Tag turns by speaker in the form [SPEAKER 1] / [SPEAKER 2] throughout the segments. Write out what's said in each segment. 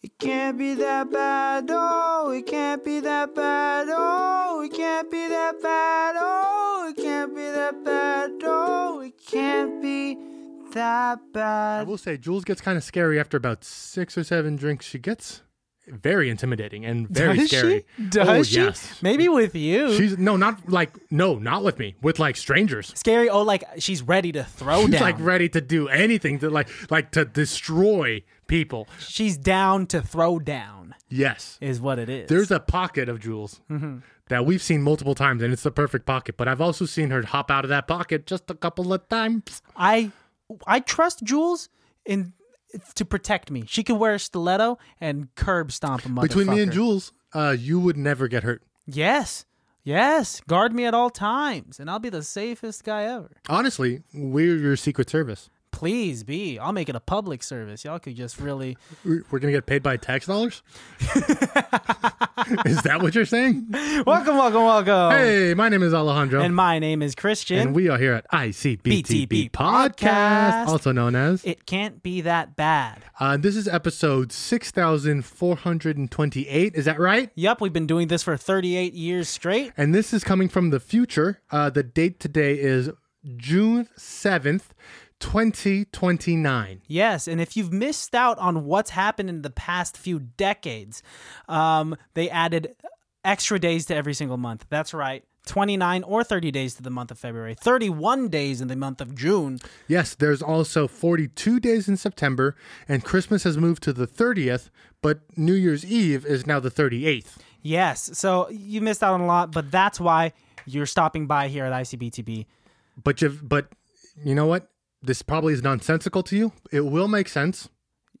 [SPEAKER 1] It can't be that bad, oh, it can't be that bad, oh, it can't be that bad, oh, it can't be that bad, oh, it can't be that
[SPEAKER 2] I
[SPEAKER 1] bad.
[SPEAKER 2] will say, Jules gets kind of scary after about six or seven drinks. She gets very intimidating and very
[SPEAKER 3] Does
[SPEAKER 2] scary.
[SPEAKER 3] she?
[SPEAKER 2] oh,
[SPEAKER 3] Does she?
[SPEAKER 2] Yes.
[SPEAKER 3] Maybe with you.
[SPEAKER 2] She's no, not like no, not with me. With like strangers.
[SPEAKER 3] scary. Oh, like she's ready to throw
[SPEAKER 2] She's
[SPEAKER 3] down.
[SPEAKER 2] like ready to do anything to like like to destroy people.
[SPEAKER 3] she's down to throw down.
[SPEAKER 2] Yes.
[SPEAKER 3] Is what it is.
[SPEAKER 2] There's a pocket of Jules
[SPEAKER 3] Mm-hmm.
[SPEAKER 2] that we've seen multiple times, and it's the perfect pocket. But I've also seen her hop out of that pocket just a couple of times.
[SPEAKER 3] I I trust Jules in to protect me. She can wear a stiletto and curb stomp a motherfucker.
[SPEAKER 2] Between me and Jules, uh, you would never get hurt.
[SPEAKER 3] Yes. Yes. Guard me at all times and I'll be the safest guy ever.
[SPEAKER 2] Honestly, we're your secret service.
[SPEAKER 3] Please be. I'll make it a public service. Y'all could just really
[SPEAKER 2] We're we're gonna get paid by tax dollars. Is that what you're saying?
[SPEAKER 3] Welcome, welcome, welcome.
[SPEAKER 2] Hey, my name is Alejandro,
[SPEAKER 3] And my name is Christian.
[SPEAKER 2] and we are here at
[SPEAKER 3] BTB
[SPEAKER 2] ICBTB
[SPEAKER 3] Podcast.
[SPEAKER 2] Podcast, also known as.
[SPEAKER 3] it can't be that bad.
[SPEAKER 2] Uh, this is episode six thousand four hundred and twenty-eight. Is that right?
[SPEAKER 3] Yup, we've been doing this for 38 years straight.
[SPEAKER 2] And this is coming from the future. Uh, the date today is June 7th, 2029.
[SPEAKER 3] Yes, and if you've missed out on what's happened in the past few decades, um, they added extra days to every single month. That's right. 29 or 30 days to the month of February, 31 days in the month of June.
[SPEAKER 2] Yes, there's also 42 days in September, and Christmas has moved to the 30th, but New Year's Eve is now the 38th.
[SPEAKER 3] Yes, so you missed out on a lot, but that's why you're stopping by here at ICBTB.
[SPEAKER 2] But you have but you know what? This probably is nonsensical to you. It will make sense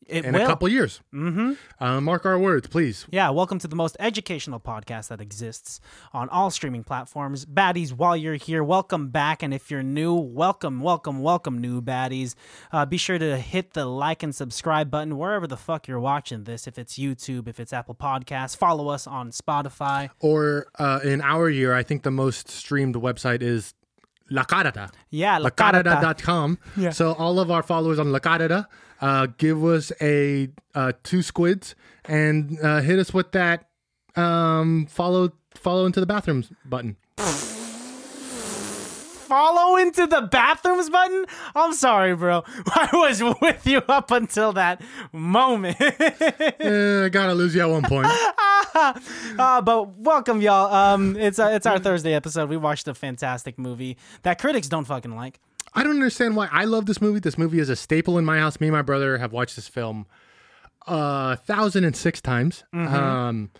[SPEAKER 3] It
[SPEAKER 2] in
[SPEAKER 3] will.
[SPEAKER 2] a couple years. Mm-hmm. Uh, mark our words, please.
[SPEAKER 3] Yeah, welcome to the most educational podcast that exists on all streaming platforms. Baddies, while you're here, welcome back. And if you're new, welcome, welcome, welcome, new baddies. Uh, be sure to hit the like and subscribe button wherever the fuck you're watching this. If it's YouTube, if it's Apple Podcasts, follow us on Spotify.
[SPEAKER 2] Or uh, in our year, I think the most streamed website is La Carata.
[SPEAKER 3] Yeah, La Carta.
[SPEAKER 2] lacarada.com. So all of our followers on Lacarada, uh, give us a uh, two squids and uh, hit us with that um, follow follow into the bathrooms button.
[SPEAKER 3] follow into the bathrooms button? I'm sorry, bro. I was with you up until that moment.
[SPEAKER 2] Eh, I gotta lose you at one point.
[SPEAKER 3] Uh, but welcome, y'all. Um, it's uh, it's our Thursday episode. We watched a fantastic movie that critics don't fucking like.
[SPEAKER 2] I don't understand why I love this movie. This movie is a staple in my house. Me and my brother have watched this film a thousand and six times. Um,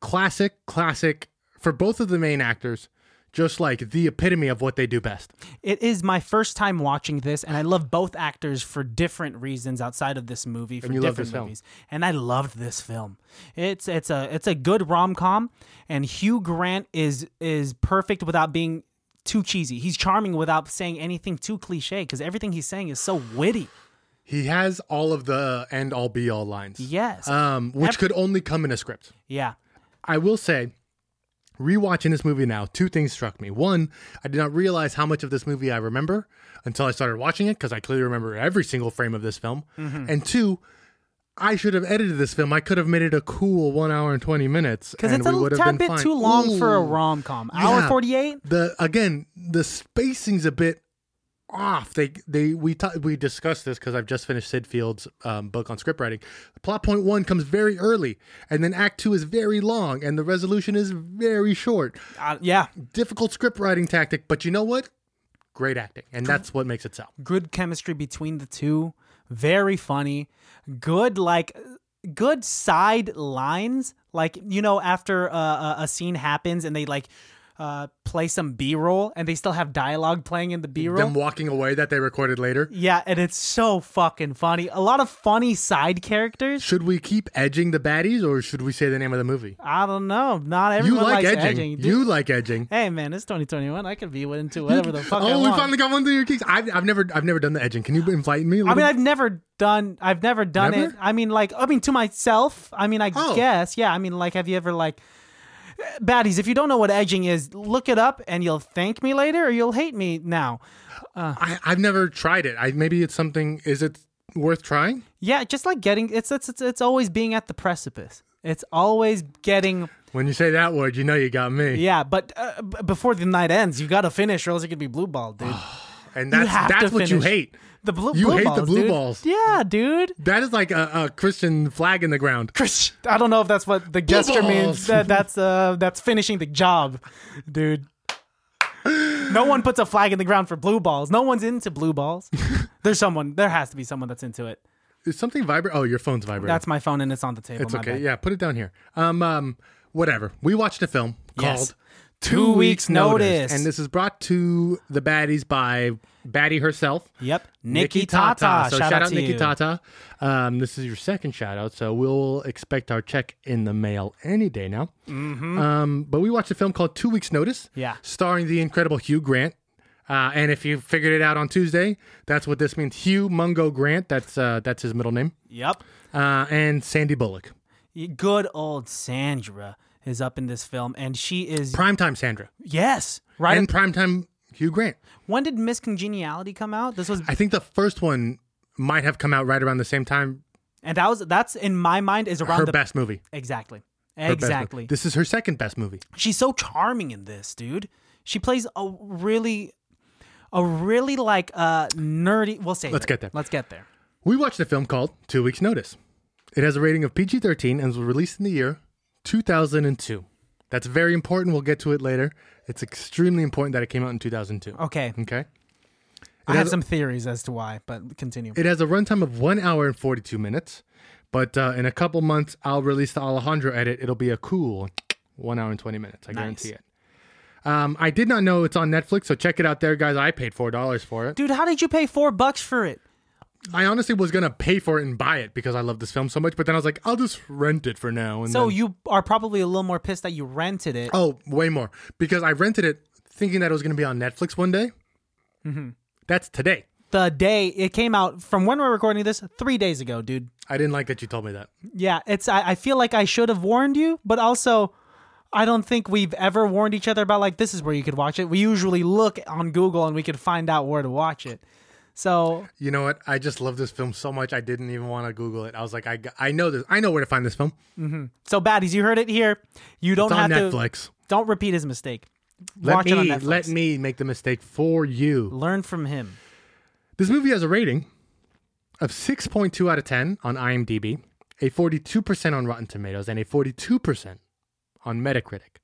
[SPEAKER 2] classic, classic for both of the main actors. Just like the epitome of what they do best.
[SPEAKER 3] It is my first time watching this, and I love both actors for different reasons outside of this movie for
[SPEAKER 2] you love
[SPEAKER 3] different
[SPEAKER 2] this film.
[SPEAKER 3] movies. And I loved this film. It's it's a it's a good rom com, and Hugh Grant is is perfect without being too cheesy. He's charming without saying anything too cliche because everything he's saying is so witty.
[SPEAKER 2] He has all of the end all be all lines.
[SPEAKER 3] Yes,
[SPEAKER 2] um, which could only come in a script.
[SPEAKER 3] yeah.
[SPEAKER 2] I will say, rewatching this movie now, two things struck me. One, I did not realize how much of this movie I remember until I started watching it because I clearly remember every single frame of this film.
[SPEAKER 3] Mm-hmm.
[SPEAKER 2] And two, I should have edited this film. I could have made it a cool one hour and twenty minutes
[SPEAKER 3] Because
[SPEAKER 2] and
[SPEAKER 3] it's a
[SPEAKER 2] we
[SPEAKER 3] little
[SPEAKER 2] would have
[SPEAKER 3] tad bit
[SPEAKER 2] been fine.
[SPEAKER 3] too long for a
[SPEAKER 2] Ooh.
[SPEAKER 3] rom com. Hour
[SPEAKER 2] Yeah.
[SPEAKER 3] forty eight.
[SPEAKER 2] The again, the spacing's a bit off. They they we ta- we discussed this because I've just finished Sid Field's um, book on script writing. Plot point one comes very early, and then Act two is very long, and the resolution is very short.
[SPEAKER 3] Uh, yeah,
[SPEAKER 2] Difficult script writing tactic, but you know what? Great acting, and that's what makes it sell.
[SPEAKER 3] good chemistry between the two. Very funny. Good like good side lines. Like you know, after uh, a, a scene happens and they like uh, play some B roll and they still have dialogue playing in the B roll.
[SPEAKER 2] Them walking away that they recorded later.
[SPEAKER 3] yeah, and it's so fucking funny. A lot of funny side characters.
[SPEAKER 2] Should we keep edging the baddies, or should we say the name of the movie?
[SPEAKER 3] I don't know. Not
[SPEAKER 2] You
[SPEAKER 3] everyone
[SPEAKER 2] like
[SPEAKER 3] likes
[SPEAKER 2] edging.
[SPEAKER 3] edging.
[SPEAKER 2] You like edging.
[SPEAKER 3] hey man, it's 2021. I could be into whatever the fuck. I
[SPEAKER 2] oh, we
[SPEAKER 3] want.
[SPEAKER 2] finally got one through your kicks. I've, I've never, I've never done the edging. Can you invite me? a
[SPEAKER 3] I
[SPEAKER 2] little
[SPEAKER 3] mean, I've never done. I've never done it.
[SPEAKER 2] Never?
[SPEAKER 3] I mean, like, I mean, to myself. I mean, I
[SPEAKER 2] Oh.
[SPEAKER 3] guess. Yeah. I mean, like, have you ever like, baddies? If you don't know what edging is, look it up, and you'll thank me later, or you'll hate me now.
[SPEAKER 2] I, I've never tried it. I maybe it's something. Is it worth trying.
[SPEAKER 3] Yeah, just like getting it's it's it's, it's always being at the precipice. It's always getting
[SPEAKER 2] When you say that word, you know you got me.
[SPEAKER 3] yeah, but uh, b- before the night ends, you got to finish, or else you're gonna be blue ball, dude.
[SPEAKER 2] And
[SPEAKER 3] You
[SPEAKER 2] that's
[SPEAKER 3] have to
[SPEAKER 2] that's what you
[SPEAKER 3] finish.
[SPEAKER 2] hate.
[SPEAKER 3] The blue
[SPEAKER 2] You
[SPEAKER 3] blue
[SPEAKER 2] hate the
[SPEAKER 3] balls,
[SPEAKER 2] blue
[SPEAKER 3] dude.
[SPEAKER 2] balls.
[SPEAKER 3] Yeah, dude.
[SPEAKER 2] That is like a, a Christian flag in the ground.
[SPEAKER 3] Chris, I don't know if that's what the gesture
[SPEAKER 2] balls.
[SPEAKER 3] means. That, that's uh, that's finishing the job, dude. No one puts a flag in the ground for blue balls. No one's into blue balls. There's someone. There has to be someone that's into it.
[SPEAKER 2] Is something vibrate? Oh, your phone's vibrating.
[SPEAKER 3] That's my phone, and it's on the table.
[SPEAKER 2] it's
[SPEAKER 3] my
[SPEAKER 2] okay.
[SPEAKER 3] bad.
[SPEAKER 2] Yeah, put it down here. Um, um, whatever. We watched a film
[SPEAKER 3] Yes.
[SPEAKER 2] called
[SPEAKER 3] Two Weeks' Notice.
[SPEAKER 2] and this is brought to the baddies by Baddie herself.
[SPEAKER 3] Yep. Nikki, Tata.
[SPEAKER 2] So
[SPEAKER 3] shout, out to
[SPEAKER 2] Nikki
[SPEAKER 3] you.
[SPEAKER 2] Tata. Um, this is your second shout out, so we'll expect our check in the mail any day now. Um, but we watched a film called Two Weeks Notice.
[SPEAKER 3] Mm-hmm. Yeah.
[SPEAKER 2] Starring the incredible Hugh Grant. Uh, and if you figured it out on Tuesday, that's what this means. Hugh Mungo Grant. That's uh, that's his middle name.
[SPEAKER 3] Yep.
[SPEAKER 2] Uh, and Sandy Bullock.
[SPEAKER 3] Good old Sandra is up in this film, and she is
[SPEAKER 2] Primetime Sandra.
[SPEAKER 3] yes. Right.
[SPEAKER 2] And primetime Hugh Grant.
[SPEAKER 3] when did Miss Congeniality come out? This was
[SPEAKER 2] I think the first one might have come out right around the same time.
[SPEAKER 3] and that was that's in my mind is around
[SPEAKER 2] Her
[SPEAKER 3] the
[SPEAKER 2] best movie.
[SPEAKER 3] exactly
[SPEAKER 2] Her best movie.
[SPEAKER 3] exactly.
[SPEAKER 2] This is her second best movie.
[SPEAKER 3] she's so charming in this dude she plays a really a really like uh nerdy we'll say
[SPEAKER 2] Let's get there.
[SPEAKER 3] let's get there
[SPEAKER 2] We watched a film called Two Weeks Notice. It has a rating of PG 13 and was released in the year 2002. That's very important. We'll get to it later. It's extremely important that it came out in 2002.
[SPEAKER 3] okay
[SPEAKER 2] Okay.
[SPEAKER 3] i have
[SPEAKER 2] has-
[SPEAKER 3] some theories as to why but continue
[SPEAKER 2] It has a runtime of one hour and 42 minutes, but uh, in a couple months, I'll release the Alejandro edit. It'll be a cool one hour and 20 minutes. I guarantee it. Um, I did not know it's on Netflix, so check it out there, guys. I paid $4 for it.
[SPEAKER 3] dude how did you pay four bucks for it
[SPEAKER 2] I honestly was going to pay for it and buy it because I love this film so much, but then I was like, I'll just rent it for now. And
[SPEAKER 3] so
[SPEAKER 2] then-
[SPEAKER 3] you are probably a little more pissed that you rented it
[SPEAKER 2] Oh, way more. Because I rented it thinking that it was going to be on Netflix one day.
[SPEAKER 3] Mm-hmm.
[SPEAKER 2] That's today.
[SPEAKER 3] the day it came out from when we're recording this three days ago dude
[SPEAKER 2] I didn't like that you told me that.
[SPEAKER 3] yeah it's i, I feel like i should have warned you but also I don't think we've ever warned each other about like this is where you could watch it. We usually look on Google and we could find out where to watch it. So
[SPEAKER 2] You know what? I just love this film so much. I didn't even want to Google it. I was like, I, I know this. I know where to find this film.
[SPEAKER 3] So baddies, you heard it here. You don't
[SPEAKER 2] It's on
[SPEAKER 3] have to.
[SPEAKER 2] Netflix.
[SPEAKER 3] Don't repeat his mistake.
[SPEAKER 2] Let
[SPEAKER 3] Watch it on
[SPEAKER 2] me
[SPEAKER 3] Netflix.
[SPEAKER 2] let me make the mistake for you.
[SPEAKER 3] learn from him.
[SPEAKER 2] This movie has a rating of 6.2 out of 10 on IMDb, a 42% on Rotten Tomatoes, and a 42% on Metacritic.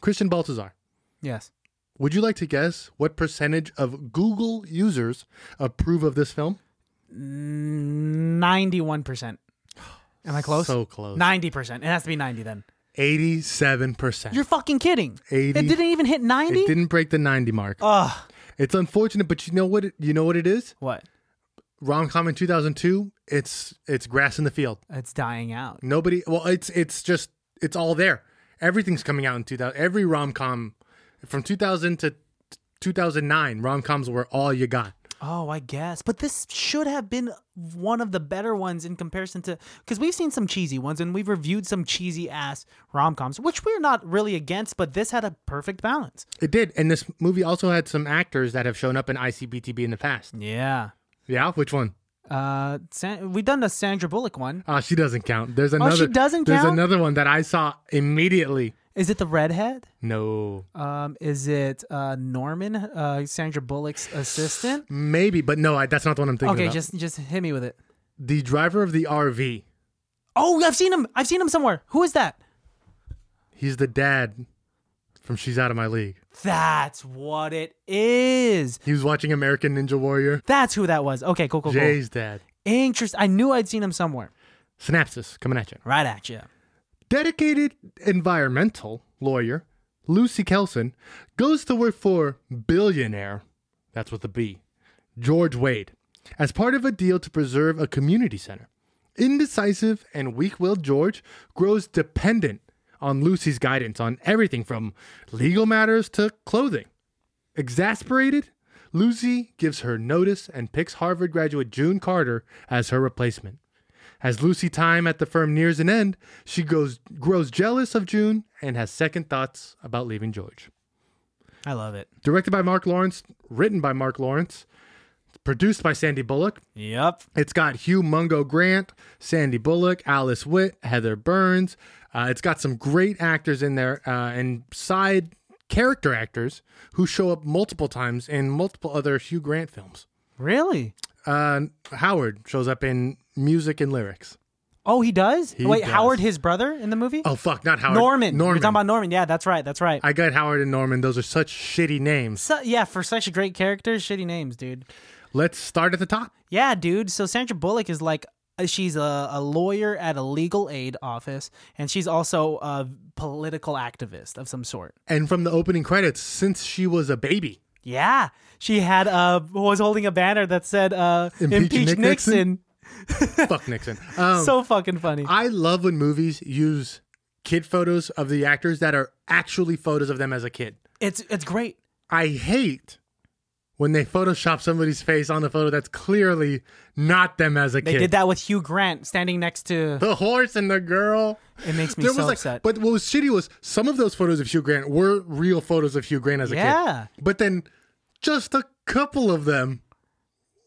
[SPEAKER 2] Christian Baltazar,
[SPEAKER 3] Yes.
[SPEAKER 2] would you like to guess what percentage of Google users approve of this film?
[SPEAKER 3] Ninety-one percent. Am I close?
[SPEAKER 2] So close.
[SPEAKER 3] Ninety percent. It has to be ninety then.
[SPEAKER 2] 87%.
[SPEAKER 3] You're fucking kidding.
[SPEAKER 2] 80.
[SPEAKER 3] It didn't even hit
[SPEAKER 2] it
[SPEAKER 3] ninety.
[SPEAKER 2] didn't break the 90 mark.
[SPEAKER 3] Ugh.
[SPEAKER 2] It's unfortunate, but you know what? It, you know what it is.
[SPEAKER 3] What?
[SPEAKER 2] Rom com in two thousand two. It's it's grass in the field.
[SPEAKER 3] It's dying out.
[SPEAKER 2] Nobody. Well, it's it's just it's all there. Everything's coming out in two thousand. Every rom com from two thousand to two thousand nine. Rom coms were all you got.
[SPEAKER 3] Oh, I guess. But this should have been one of the better ones in comparison to because we've seen some cheesy ones and we've reviewed some cheesy ass rom coms, which we're not really against. But this had a perfect balance.
[SPEAKER 2] It did, and this movie also had some actors that have shown up in ICBTB in the past.
[SPEAKER 3] Yeah.
[SPEAKER 2] Yeah, which one?
[SPEAKER 3] Uh, San- we done the Sandra Bullock one.
[SPEAKER 2] Ah, she doesn't count. There's another.
[SPEAKER 3] Oh, doesn't
[SPEAKER 2] There's
[SPEAKER 3] count?
[SPEAKER 2] another one that I saw immediately.
[SPEAKER 3] Is it the redhead?
[SPEAKER 2] No,
[SPEAKER 3] Um, is it uh, Norman, uh, Sandra Bullock's assistant?
[SPEAKER 2] maybe, but no, I, that's not the one I'm thinking
[SPEAKER 3] Okay,
[SPEAKER 2] about.
[SPEAKER 3] just just hit me with it.
[SPEAKER 2] the driver of the RV.
[SPEAKER 3] Oh, I've seen him. I've seen him somewhere. Who is that?
[SPEAKER 2] He's the dad from She's Out of My League.
[SPEAKER 3] That's what it is.
[SPEAKER 2] He was watching American Ninja Warrior.
[SPEAKER 3] That's who that was. Okay, cool, cool, cool.
[SPEAKER 2] Jay's dad.
[SPEAKER 3] Interest. I knew I'd seen him somewhere.
[SPEAKER 2] Synapsis coming at you.
[SPEAKER 3] Right at you.
[SPEAKER 2] Dedicated environmental lawyer Lucy Kelson goes to work for billionaire, that's with a B, George Wade, as part of a deal to preserve a community center. Indecisive and weak willed George grows dependent on Lucy's guidance on everything from legal matters to clothing. Exasperated, Lucy gives her notice and picks Harvard graduate June Carter as her replacement. As Lucy time at the firm nears an end, she goes grows jealous of June and has second thoughts about leaving George.
[SPEAKER 3] I love it.
[SPEAKER 2] Directed by Mark Lawrence, written by Mark Lawrence, Produced by Sandy Bullock.
[SPEAKER 3] Yep.
[SPEAKER 2] It's got Hugh Mungo Grant, Sandy Bullock, Alice Witt, Heather Burns. Uh, it's got some great actors in there uh, and side character actors who show up multiple times in multiple other Hugh Grant films.
[SPEAKER 3] Really?
[SPEAKER 2] Uh, Howard shows up in music and lyrics.
[SPEAKER 3] Oh, he does? Wait,
[SPEAKER 2] does.
[SPEAKER 3] Howard, his brother in the movie?
[SPEAKER 2] Oh fuck, not Howard.
[SPEAKER 3] Norman. Norman. You're
[SPEAKER 2] Norman.
[SPEAKER 3] talking about Norman. Yeah, that's right. That's right.
[SPEAKER 2] I got Howard and Norman. Those are such shitty names.
[SPEAKER 3] So, yeah, for such great characters, shitty names, dude.
[SPEAKER 2] Let's start at the top.
[SPEAKER 3] Yeah, dude. So Sandra Bullock is like uh, she's a, a lawyer at a legal aid office, and she's also a political activist of some sort.
[SPEAKER 2] And from the opening credits, since she was a baby,
[SPEAKER 3] Yeah, she had uh was holding a banner that said uh
[SPEAKER 2] Impeach
[SPEAKER 3] impeach,
[SPEAKER 2] Nick
[SPEAKER 3] Nixon.
[SPEAKER 2] fuck Nixon. Um,
[SPEAKER 3] So fucking funny.
[SPEAKER 2] I love when movies use kid photos of the actors that are actually photos of them as a kid.
[SPEAKER 3] it's it's great.
[SPEAKER 2] I hate when they Photoshop somebody's face on a photo that's clearly not them as a
[SPEAKER 3] They
[SPEAKER 2] kid.
[SPEAKER 3] did that with Hugh Grant standing next to.
[SPEAKER 2] The horse and the girl.
[SPEAKER 3] It makes me
[SPEAKER 2] There
[SPEAKER 3] so
[SPEAKER 2] was like,
[SPEAKER 3] upset.
[SPEAKER 2] but what was shitty was some of those photos of Hugh Grant were real photos of Hugh Grant as a
[SPEAKER 3] Yeah.
[SPEAKER 2] kid. But then just a couple of them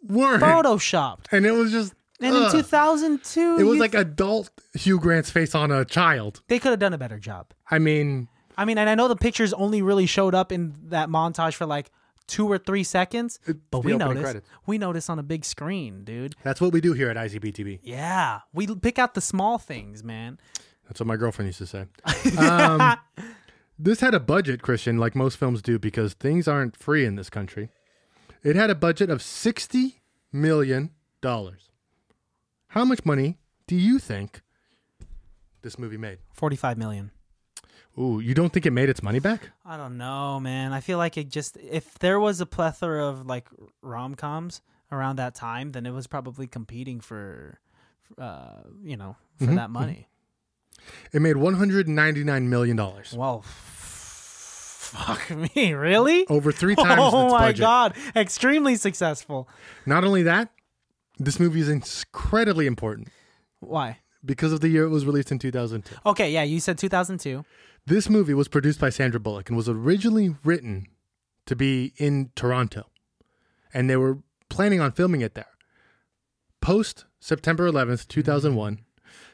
[SPEAKER 2] weren't.
[SPEAKER 3] Photoshopped.
[SPEAKER 2] And it was just.
[SPEAKER 3] And
[SPEAKER 2] ugh.
[SPEAKER 3] in 2002,
[SPEAKER 2] it was
[SPEAKER 3] you-
[SPEAKER 2] like adult Hugh Grant's face on a child.
[SPEAKER 3] they could have done a better job.
[SPEAKER 2] I mean,
[SPEAKER 3] I mean, and I know the pictures only really showed up in that montage for like two or three seconds, but we
[SPEAKER 2] opening
[SPEAKER 3] noticed.
[SPEAKER 2] credits.
[SPEAKER 3] We noticed on a big screen, dude.
[SPEAKER 2] that's what we do here at ICBTV.
[SPEAKER 3] Yeah, we l- pick out the small things, man.
[SPEAKER 2] That's what my girlfriend used to say. um, this had a budget, Christian, like most films do, because things aren't free in this country. It had a budget of sixty million dollars. How much money do you think this movie made?
[SPEAKER 3] Forty-five million.
[SPEAKER 2] Ooh, you don't think it made its money back?
[SPEAKER 3] I don't know, man. I feel like it just if there was a plethora of like rom coms around that time, then it was probably competing for, uh, you know, for
[SPEAKER 2] Mm-hmm,
[SPEAKER 3] that money.
[SPEAKER 2] It made one hundred ninety-nine million dollars,
[SPEAKER 3] Well, f- fuck me, really?
[SPEAKER 2] over three times
[SPEAKER 3] oh
[SPEAKER 2] its
[SPEAKER 3] my
[SPEAKER 2] budget.
[SPEAKER 3] god, extremely successful.
[SPEAKER 2] Not only that, this movie is incredibly important
[SPEAKER 3] Why?
[SPEAKER 2] because of the year it was released in two thousand two.
[SPEAKER 3] Okay, yeah, you said 2002.
[SPEAKER 2] This movie was produced by Sandra Bullock and was originally written to be in Toronto. And they were planning on filming it there. Post September 11th, 2001,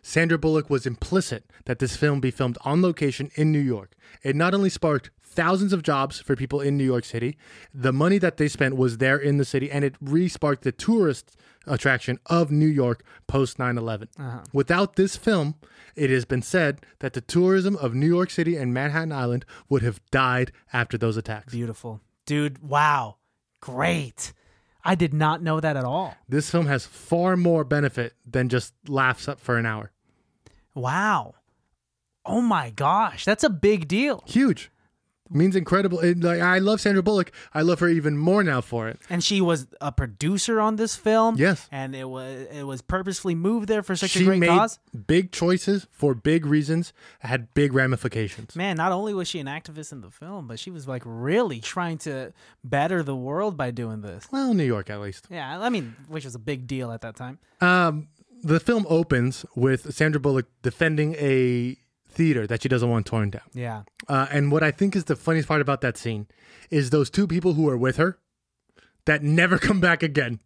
[SPEAKER 2] Sandra Bullock was implicit that this film be filmed on location in New York. It not only sparked thousands of jobs for people in New York City, the money that they spent was there in the city, and it re sparked the tourist attraction of New York post 9 11. Without this film, it has been said that the tourism of New York City and Manhattan Island would have died after those attacks.
[SPEAKER 3] Beautiful. Dude, wow. Great. I did not know that at all.
[SPEAKER 2] This film has far more benefit than just laughs up for an hour.
[SPEAKER 3] Wow. Oh my gosh, that's a big deal.
[SPEAKER 2] huge means incredible it, like i love sandra bullock i love her even more now for it
[SPEAKER 3] And she was a producer on this film.
[SPEAKER 2] Yes.
[SPEAKER 3] And it was it was purposefully moved there for such
[SPEAKER 2] she
[SPEAKER 3] a great
[SPEAKER 2] made
[SPEAKER 3] cause.
[SPEAKER 2] big choices for big reasons had big ramifications
[SPEAKER 3] Man, not only was she an activist in the film, but she was like really trying to better the world by doing this.
[SPEAKER 2] well new york at least
[SPEAKER 3] Yeah, I mean, which was a big deal at that time.
[SPEAKER 2] um, the film opens with sandra bullock defending a theater that she doesn't want torn down
[SPEAKER 3] Yeah.
[SPEAKER 2] uh, and what i think is the funniest part about that scene is those two people who are with her that never come back again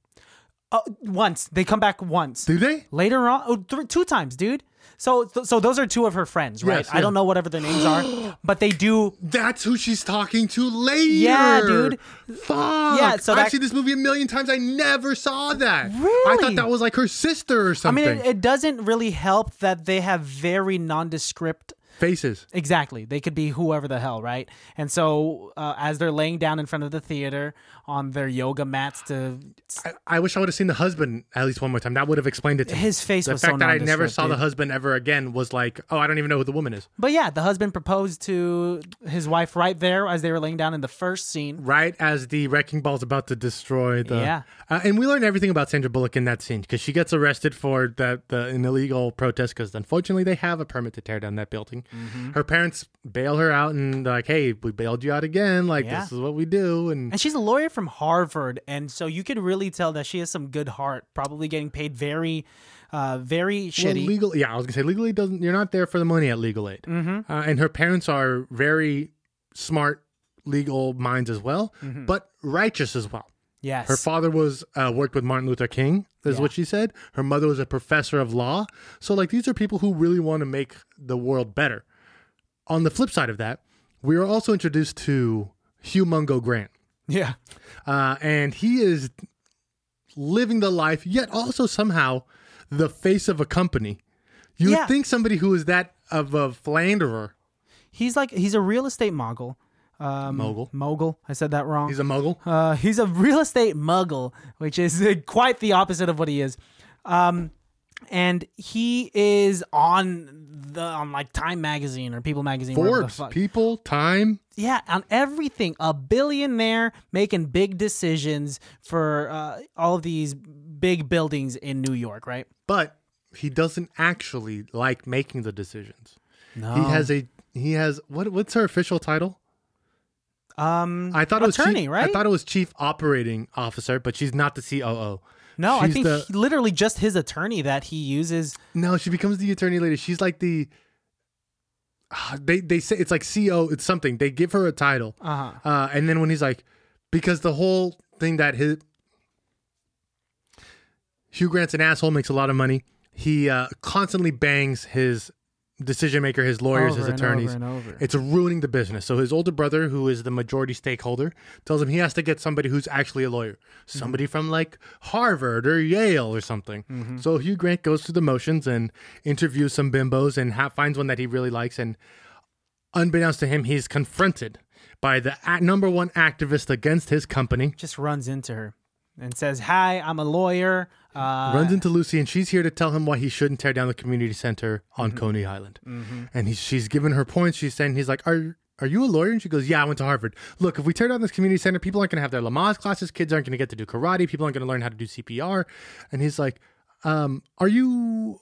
[SPEAKER 3] Oh, once. They come back once.
[SPEAKER 2] do they
[SPEAKER 3] Later on, oh, th- two times, dude. So, th- so those are two of her friends, right?
[SPEAKER 2] Yes,
[SPEAKER 3] I
[SPEAKER 2] yeah.
[SPEAKER 3] don't know whatever their names are, but they do.
[SPEAKER 2] That's who she's talking to later.
[SPEAKER 3] Yeah, dude.
[SPEAKER 2] Fuck.
[SPEAKER 3] Yeah, so
[SPEAKER 2] I've
[SPEAKER 3] that-
[SPEAKER 2] seen this movie a million times. I never saw that. I
[SPEAKER 3] Really?
[SPEAKER 2] thought that was like her sister or
[SPEAKER 3] I mean,
[SPEAKER 2] something.
[SPEAKER 3] it, it doesn't really help that they have very nondescript.
[SPEAKER 2] Faces.
[SPEAKER 3] Exactly, they could be whoever the hell, right? And so, uh, as they're laying down in front of the theater on their yoga mats, to
[SPEAKER 2] I, I wish I would have seen the husband at least one more time. That would have explained it to me.
[SPEAKER 3] his face
[SPEAKER 2] The
[SPEAKER 3] was
[SPEAKER 2] fact
[SPEAKER 3] so
[SPEAKER 2] that I never
[SPEAKER 3] nondescript,
[SPEAKER 2] saw the
[SPEAKER 3] dude.
[SPEAKER 2] husband ever again was like, oh, I don't even know who the woman is.
[SPEAKER 3] But yeah, the husband proposed to his wife right there as they were laying down in the first scene.
[SPEAKER 2] Right as the wrecking ball's about to destroy the.
[SPEAKER 3] Yeah.
[SPEAKER 2] Uh, and we learn everything about Sandra Bullock in that scene because she gets arrested for that the an illegal protest because unfortunately they have a permit to tear down that building.
[SPEAKER 3] Mm-hmm.
[SPEAKER 2] Her parents bail her out and they're like, hey, we bailed you out again. Like
[SPEAKER 3] Yeah.
[SPEAKER 2] this is what we do. And
[SPEAKER 3] And she's a lawyer from Harvard, and so you could really tell that she has some good heart. Probably getting paid very, uh, very
[SPEAKER 2] well,
[SPEAKER 3] shitty.
[SPEAKER 2] legal, yeah, I was gonna say legally doesn't. You're not there for the money at legal aid. Mm-hmm. Uh, and her parents are
[SPEAKER 3] Mm-hmm.
[SPEAKER 2] very smart legal minds as well, but righteous as well.
[SPEAKER 3] Yes.
[SPEAKER 2] Her father was uh, worked with Martin Luther King, is
[SPEAKER 3] Yeah.
[SPEAKER 2] what she said. Her mother was a professor of law. So like these are people who really want to make the world better. On the flip side of that, we were also introduced to Hugh Mungo Grant,
[SPEAKER 3] yeah.
[SPEAKER 2] uh, and he is living the life, yet also somehow the face of a company. You would
[SPEAKER 3] Yeah.
[SPEAKER 2] think somebody who is that of a philanderer,
[SPEAKER 3] He's like he's a real estate mogul. Um,
[SPEAKER 2] Mogul.
[SPEAKER 3] Mogul. I said that wrong.
[SPEAKER 2] he's a mogul.
[SPEAKER 3] Uh, he's a real estate muggle, which is uh, quite the opposite of what he is. Um, and he is on the on like Time magazine or People magazine. whatever the
[SPEAKER 2] Forbes,
[SPEAKER 3] fuck.
[SPEAKER 2] people, time.
[SPEAKER 3] yeah, on everything, a billionaire making big decisions for uh, all of these big buildings in New York, right?
[SPEAKER 2] but he doesn't actually like making the decisions.
[SPEAKER 3] No,
[SPEAKER 2] He has a he has what what's her official title?
[SPEAKER 3] um,
[SPEAKER 2] I thought it was
[SPEAKER 3] attorney,
[SPEAKER 2] chief,
[SPEAKER 3] right?
[SPEAKER 2] I thought it was chief operating officer, but she's not the COO.
[SPEAKER 3] no, I
[SPEAKER 2] she's
[SPEAKER 3] think
[SPEAKER 2] the-
[SPEAKER 3] he- literally just his attorney that he uses.
[SPEAKER 2] No, she becomes the attorney later. She's like the Ah, they they say it's like CO it's something. They give her a title.
[SPEAKER 3] Uh huh.
[SPEAKER 2] Uh, and then when he's like, because the whole thing that his Hugh Grant's an asshole, makes a lot of money. He uh, constantly bangs his decision maker, his lawyers,
[SPEAKER 3] Over
[SPEAKER 2] his
[SPEAKER 3] and
[SPEAKER 2] attorneys.
[SPEAKER 3] over and over.
[SPEAKER 2] It's ruining the business. So his older brother, who is the majority stakeholder, tells him he has to get somebody who's actually a lawyer, somebody from like Harvard or Yale or something. So Hugh Grant goes through the motions and interviews some bimbos and ha- finds one that he really likes and unbeknownst to him, he's confronted by the a- number one activist against his company.
[SPEAKER 3] Just runs into her and says, "Hi, I'm a lawyer." Uh,
[SPEAKER 2] Runs into Lucy, and she's here to tell him why he shouldn't tear down the community center on Coney Island. And he, she's given her points. She's saying, he's like, are. Are you a lawyer? And she goes, Yeah, I went to Harvard. Look, if we tear down this community center, people aren't going to have their Lamaze classes. Kids aren't going to get to do karate. People aren't going to learn how to do CPR. And he's like, um, Are you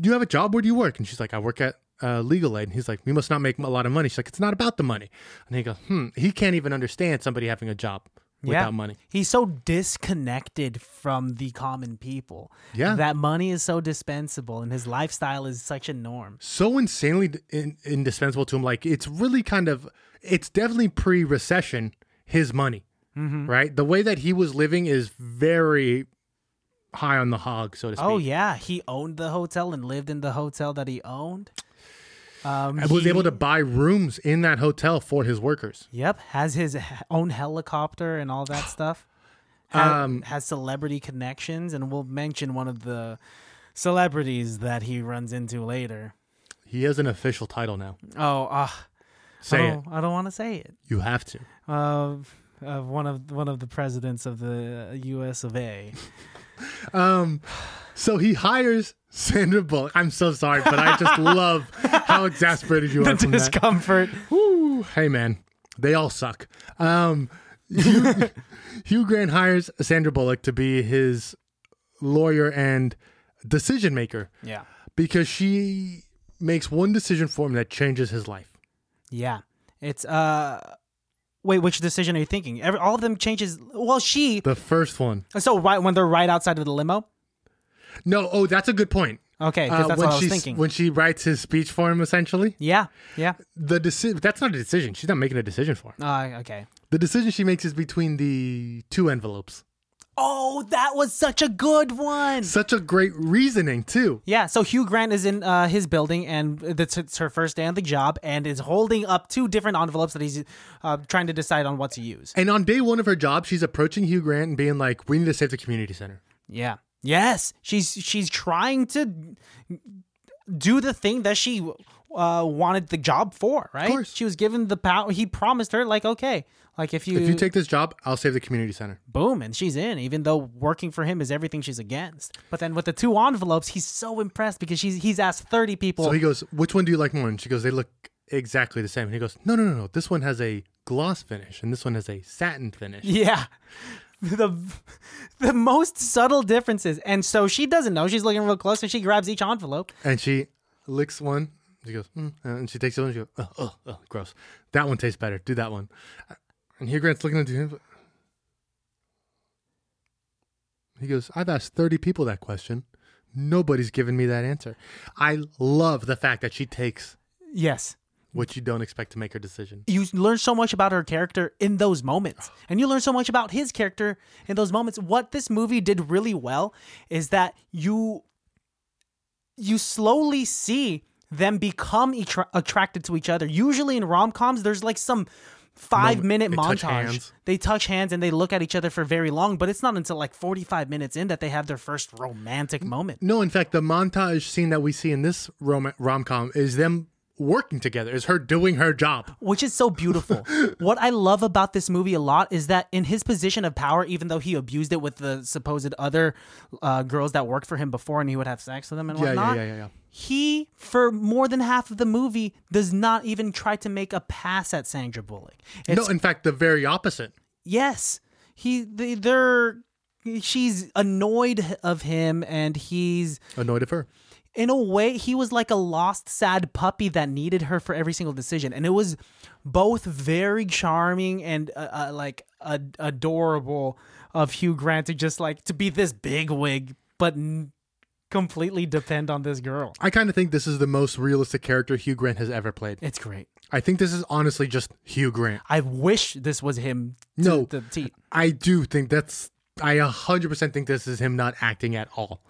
[SPEAKER 2] do you have a job? Where do you work? And she's like, I work at uh, legal aid. And he's like, we must not make a lot of money. She's like, it's not about the money. And he goes, hmm, he can't even understand somebody having a job without money.
[SPEAKER 3] He's so disconnected from the common people.
[SPEAKER 2] Yeah.
[SPEAKER 3] That money is so dispensable and his lifestyle is such a norm.
[SPEAKER 2] So insanely d- in- indispensable to him. Like, it's really kind of, it's definitely pre recession, his money,
[SPEAKER 3] Mm-hmm.
[SPEAKER 2] right? The way that he was living is very high on the hog, so to speak.
[SPEAKER 3] Oh yeah, he owned the hotel and lived in the hotel that he owned. Um
[SPEAKER 2] I was
[SPEAKER 3] he-
[SPEAKER 2] able to buy rooms in that hotel for his workers.
[SPEAKER 3] Yep, has his h- own helicopter and all that stuff. Ha-
[SPEAKER 2] Um,
[SPEAKER 3] has celebrity connections and we'll mention one of the celebrities that he runs into later.
[SPEAKER 2] He has an official title now.
[SPEAKER 3] Oh, uh, I
[SPEAKER 2] Say it.
[SPEAKER 3] don't, I don't want to say it.
[SPEAKER 2] You have to.
[SPEAKER 3] of of one of one of the presidents of the uh, U.S. of A.
[SPEAKER 2] So he hires Sandra Bullock. I'm so sorry, but I just love how exasperated you
[SPEAKER 3] the
[SPEAKER 2] are from that.
[SPEAKER 3] discomfort.
[SPEAKER 2] Woo. Hey, man, they all suck. Um, Hugh, Hugh Grant hires Sandra Bullock to be his lawyer and decision maker
[SPEAKER 3] Yeah,
[SPEAKER 2] because she makes one decision for him that changes his life.
[SPEAKER 3] yeah. It's uh, wait, which decision are you thinking? Every, all of them changes. Well, she.
[SPEAKER 2] The first one.
[SPEAKER 3] So right when they're right outside of the limo.
[SPEAKER 2] No, oh, that's a good point.
[SPEAKER 3] Okay,
[SPEAKER 2] Uh,
[SPEAKER 3] 'cause that's
[SPEAKER 2] when
[SPEAKER 3] what I was
[SPEAKER 2] she
[SPEAKER 3] thinking.
[SPEAKER 2] when she writes his speech for him, essentially
[SPEAKER 3] yeah, yeah.
[SPEAKER 2] the deci- that's not a decision. She's not making a decision for him.
[SPEAKER 3] Uh, okay.
[SPEAKER 2] The decision she makes is between the two envelopes.
[SPEAKER 3] Oh, that was such a good one.
[SPEAKER 2] Such a great reasoning too.
[SPEAKER 3] Yeah, so Hugh Grant is in uh, his building, and that's it's her first day on the job, and is holding up two different envelopes that he's uh, trying to decide on what to use.
[SPEAKER 2] And on day one of her job, she's approaching Hugh Grant and being like, "We need to save the community center."
[SPEAKER 3] Yeah. Yes, she's she's trying to do the thing that she uh, wanted the job for, right?
[SPEAKER 2] course.
[SPEAKER 3] She was given the power. He promised her, like, okay, like if you,
[SPEAKER 2] If you take this job, I'll save the community center.
[SPEAKER 3] boom, and she's in, even though working for him is everything she's against. But then with the two envelopes, he's so impressed because she's he's asked thirty people.
[SPEAKER 2] So he goes, "Which one do you like more?" And she goes, "They look exactly the same." And he goes, "No, no, no, no. This one has a gloss finish, and this one has a satin finish."
[SPEAKER 3] yeah. The the most subtle differences, and so she doesn't know. She's looking real close, and she grabs each envelope.
[SPEAKER 2] And she licks one. She goes, mm, and she takes it and she goes, "Oh, oh, oh, gross. That one tastes better. Do that one." And Hugh Grant's looking at him. He goes, "I've asked thirty people that question. Nobody's given me that answer." I love the fact that she takes
[SPEAKER 3] Yes,
[SPEAKER 2] which you don't expect to make her decision.
[SPEAKER 3] you learn so much about her character in those moments and you learn so much about his character in those moments what this movie did really well is that you you slowly see them become attra- attracted to each other usually in rom-coms there's like some five minute
[SPEAKER 2] they
[SPEAKER 3] montage
[SPEAKER 2] touch hands.
[SPEAKER 3] they touch hands and they look at each other for very long but it's not until like 45 minutes in that they have their first romantic moment
[SPEAKER 2] No, in fact, the montage scene that we see in this rom com is them working together. Is her doing her job?
[SPEAKER 3] which is so beautiful. what I love about this movie a lot is that in his position of power, even though he abused it with the supposed other uh, girls that worked for him before, and he would have sex with them and
[SPEAKER 2] yeah,
[SPEAKER 3] whatnot,
[SPEAKER 2] yeah, yeah, yeah.
[SPEAKER 3] he for more than half of the movie does not even try to make a pass at Sandra Bullock. It's,
[SPEAKER 2] no, in fact, the very opposite.
[SPEAKER 3] yes, he they, they're she's annoyed of him, and he's
[SPEAKER 2] Annoyed of her.
[SPEAKER 3] in a way, he was like a lost, sad puppy that needed her for every single decision, and it was both very charming and uh, uh, like ad- adorable of Hugh Grant to just like to be this big wig, but n- completely depend on this girl.
[SPEAKER 2] I kind of think this is the most realistic character Hugh Grant has ever played.
[SPEAKER 3] It's great.
[SPEAKER 2] I think this is honestly just Hugh Grant.
[SPEAKER 3] I wish this was him. To
[SPEAKER 2] No.
[SPEAKER 3] the T.
[SPEAKER 2] I do think that's. I 100% think this is him not acting at all.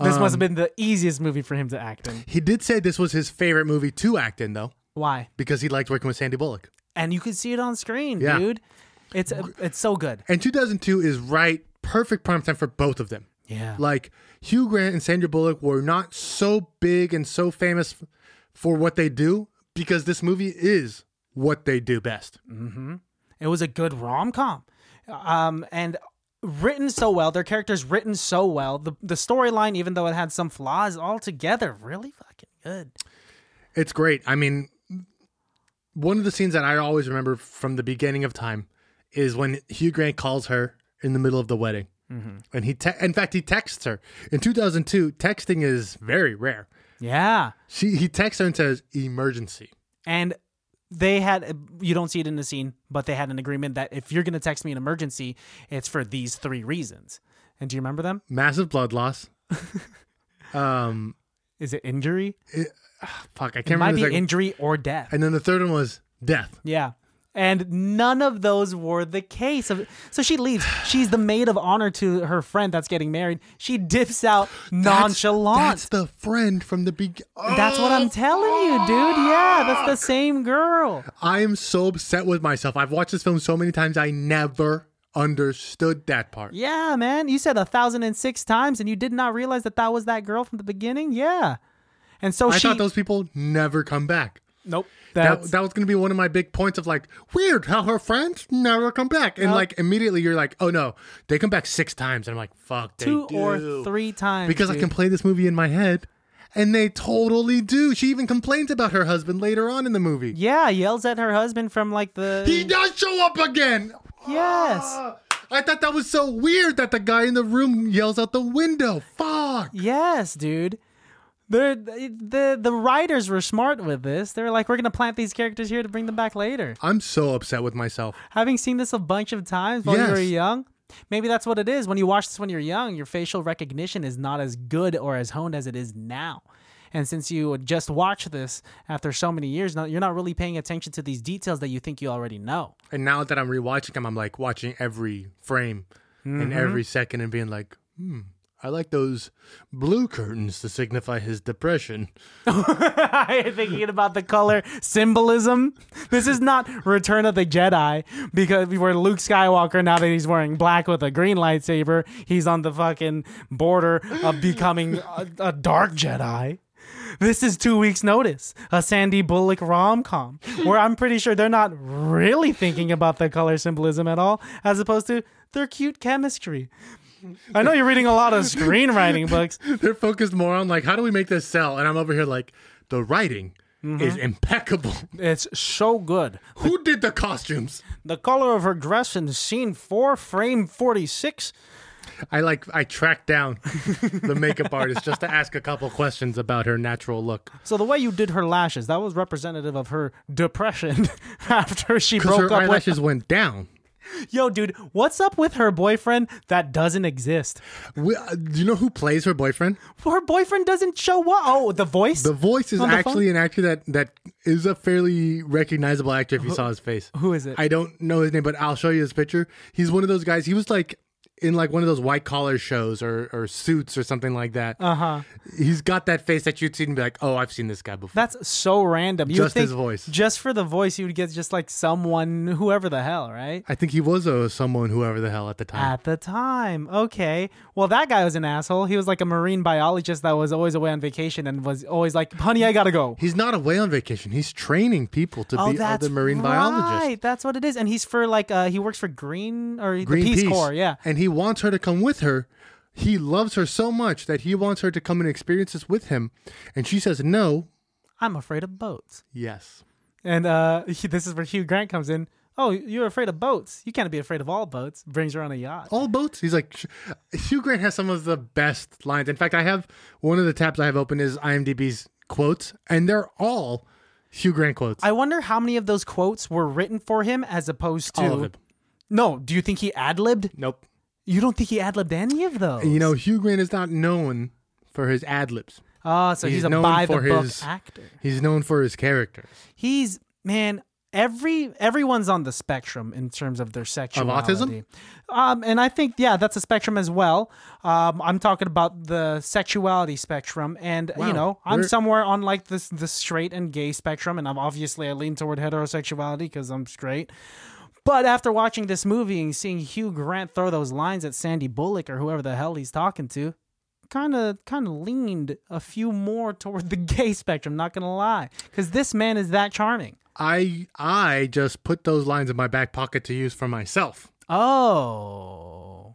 [SPEAKER 3] This must have been the easiest movie for him to act in.
[SPEAKER 2] He did say this was his favorite movie to act in, though,
[SPEAKER 3] Why?
[SPEAKER 2] because he liked working with Sandy Bullock.
[SPEAKER 3] And you can see it on screen,
[SPEAKER 2] Yeah.
[SPEAKER 3] dude. It's it's so good.
[SPEAKER 2] And 2002 is right, perfect prime time for both of them.
[SPEAKER 3] Yeah.
[SPEAKER 2] Like Hugh Grant and Sandra Bullock were not so big and so famous f- for what they do because this movie is what they do best.
[SPEAKER 3] It was a good rom com, um, and written so well. Their characters written so well. The the storyline, even though it had some flaws, altogether really fucking good.
[SPEAKER 2] It's great. I mean, one of the scenes that I always remember from the beginning of time is when Hugh Grant calls her in the middle of the wedding.
[SPEAKER 3] Mm-hmm.
[SPEAKER 2] And he, te- in fact, he texts her. In 2002, texting is very rare.
[SPEAKER 3] Yeah,
[SPEAKER 2] She, he texts her and says, emergency.
[SPEAKER 3] and they had you don't see it in the scene, but they had an agreement that if you're gonna text me an emergency, it's for these three reasons. And do you remember them?
[SPEAKER 2] Massive blood loss. um,
[SPEAKER 3] Is it injury?
[SPEAKER 2] fuck, I can't
[SPEAKER 3] It might
[SPEAKER 2] remember. the
[SPEAKER 3] be
[SPEAKER 2] second-
[SPEAKER 3] injury or death.
[SPEAKER 2] And then the third one was death.
[SPEAKER 3] Yeah. And none of those were the case. Of- So she leaves. She's the maid of honor to her friend that's getting married. She dips out nonchalant.
[SPEAKER 2] That's,
[SPEAKER 3] That's,
[SPEAKER 2] the friend from the oh, beginning.
[SPEAKER 3] what I'm telling you, dude. Yeah, that's the same girl.
[SPEAKER 2] I am so upset with myself. I've watched this film so many times. I never understood that part.
[SPEAKER 3] Yeah, man. You said a thousand and six times, and you did not realize that that was that girl from the beginning. Yeah. And so
[SPEAKER 2] I
[SPEAKER 3] she.
[SPEAKER 2] thought those people never come back.
[SPEAKER 3] nope.
[SPEAKER 2] That,
[SPEAKER 3] That's,
[SPEAKER 2] that was going to be one of my big points of like weird how her friends never come back and like immediately you're like oh no they come back six times and I'm like fuck they
[SPEAKER 3] two
[SPEAKER 2] do.
[SPEAKER 3] or three times.
[SPEAKER 2] because I
[SPEAKER 3] dude.
[SPEAKER 2] can play this movie in my head and they totally do she even complains about her husband later on in the movie
[SPEAKER 3] Yeah, yells at her husband from like the.
[SPEAKER 2] he does show up again
[SPEAKER 3] yes.
[SPEAKER 2] I thought that was so weird that the guy in the room yells out the window. Fuck.
[SPEAKER 3] Yes, dude. They're, the the writers were smart with this. They're like, we're gonna plant these characters here to bring them back later.
[SPEAKER 2] I'm so upset with myself.
[SPEAKER 3] Having seen this a bunch of times while
[SPEAKER 2] Yes.
[SPEAKER 3] you were young, maybe that's what it is. When you watch this when you're young, your facial recognition is not as good or as honed as it is now. And since you just watched this after so many years, now you're not really paying attention to these details that you think you already know.
[SPEAKER 2] And now that I'm rewatching him, I'm like watching every frame and every second and being like, hmm, I like those blue curtains to signify his depression.
[SPEAKER 3] You're thinking about the color symbolism. This is not Return of the Jedi because we were Luke Skywalker. Now that he's wearing black with a green lightsaber, he's on the fucking border of becoming a, a dark Jedi. This is two weeks' notice, a Sandy Bullock rom com, where I'm pretty sure they're not really thinking about the color symbolism at all, as opposed to their cute chemistry. I know you're reading a lot of screenwriting books,
[SPEAKER 2] They're focused more on like, how do we make this sell? And I'm over here like, the writing is impeccable.
[SPEAKER 3] it's so good.
[SPEAKER 2] Who did the costumes?
[SPEAKER 3] The color of her dress in scene four, frame 46.
[SPEAKER 2] I like I tracked down the makeup artist just to ask a couple questions about her natural look.
[SPEAKER 3] So, the way you did her lashes, that was representative of her depression after she
[SPEAKER 2] Because
[SPEAKER 3] broke
[SPEAKER 2] her
[SPEAKER 3] up with.
[SPEAKER 2] eyelashes went down.
[SPEAKER 3] Yo, dude, what's up with her boyfriend that doesn't exist?
[SPEAKER 2] We, uh, do you know who plays her boyfriend?
[SPEAKER 3] Her boyfriend doesn't show up. Oh, the voice?
[SPEAKER 2] The voice is
[SPEAKER 3] On the
[SPEAKER 2] actually an actor that that is a fairly recognizable actor if you saw his face.
[SPEAKER 3] who is it?
[SPEAKER 2] I don't know his name, but I'll show you his picture. He's one of those guys. He was like in like one of those white collar shows or or suits or something like that.
[SPEAKER 3] uh huh.
[SPEAKER 2] He's got that face that you'd see and be like, "Oh, I've seen this guy before."
[SPEAKER 3] That's so random. You would
[SPEAKER 2] Just
[SPEAKER 3] think
[SPEAKER 2] his voice.
[SPEAKER 3] Just for the voice, you would get just like someone, whoever the hell, right?
[SPEAKER 2] I think he was a someone whoever the hell at the time.
[SPEAKER 3] At the time. Okay. Well, that guy was an asshole. He was like a marine biologist that was always away on vacation and was always like, honey, I gotta go.
[SPEAKER 2] He's not away on vacation. He's training people to be other marine biologists.
[SPEAKER 3] Oh, Right. That's what it is. And he's for like, uh, he works for Green or
[SPEAKER 2] Greenpeace.
[SPEAKER 3] the Peace Corps. Yeah.
[SPEAKER 2] And he wants her to come with her. He loves her so much that he wants her to come and experience this with him. And she says, no,
[SPEAKER 3] I'm afraid of boats.
[SPEAKER 2] yes.
[SPEAKER 3] And uh, he- this is where Hugh Grant comes in. Oh, you're afraid of boats. You can't be afraid of all boats. Brings her on a yacht.
[SPEAKER 2] All boats. He's like, sh- Hugh Grant has some of the best lines. In fact, I have one of the tabs I have open is IMDb's quotes, and they're all Hugh Grant quotes.
[SPEAKER 3] I wonder how many of those quotes were written for him as opposed to.
[SPEAKER 2] All of it.
[SPEAKER 3] No, do you think he ad libbed?
[SPEAKER 2] Nope.
[SPEAKER 3] You don't think he ad libbed any of those?
[SPEAKER 2] You know, Hugh Grant is not known for his ad libs.
[SPEAKER 3] oh, so he's,
[SPEAKER 2] he's
[SPEAKER 3] a
[SPEAKER 2] known
[SPEAKER 3] by the
[SPEAKER 2] for
[SPEAKER 3] book
[SPEAKER 2] his-
[SPEAKER 3] actor.
[SPEAKER 2] He's known for his characters.
[SPEAKER 3] He's man. Every everyone's on the spectrum in terms of their sexuality. um, and I think yeah, that's a spectrum as well. Um, I'm talking about the sexuality spectrum, and
[SPEAKER 2] Wow.
[SPEAKER 3] you know, I'm
[SPEAKER 2] We're-
[SPEAKER 3] somewhere on like this the straight and gay spectrum, and I'm obviously I lean toward heterosexuality because I'm straight. But after watching this movie and seeing Hugh Grant throw those lines at Sandy Bullock or whoever the hell he's talking to, kind of kind of leaned a few more toward the gay spectrum. Not gonna lie, because this man is that charming.
[SPEAKER 2] I I just put those lines in my back pocket to use for myself.
[SPEAKER 3] Oh,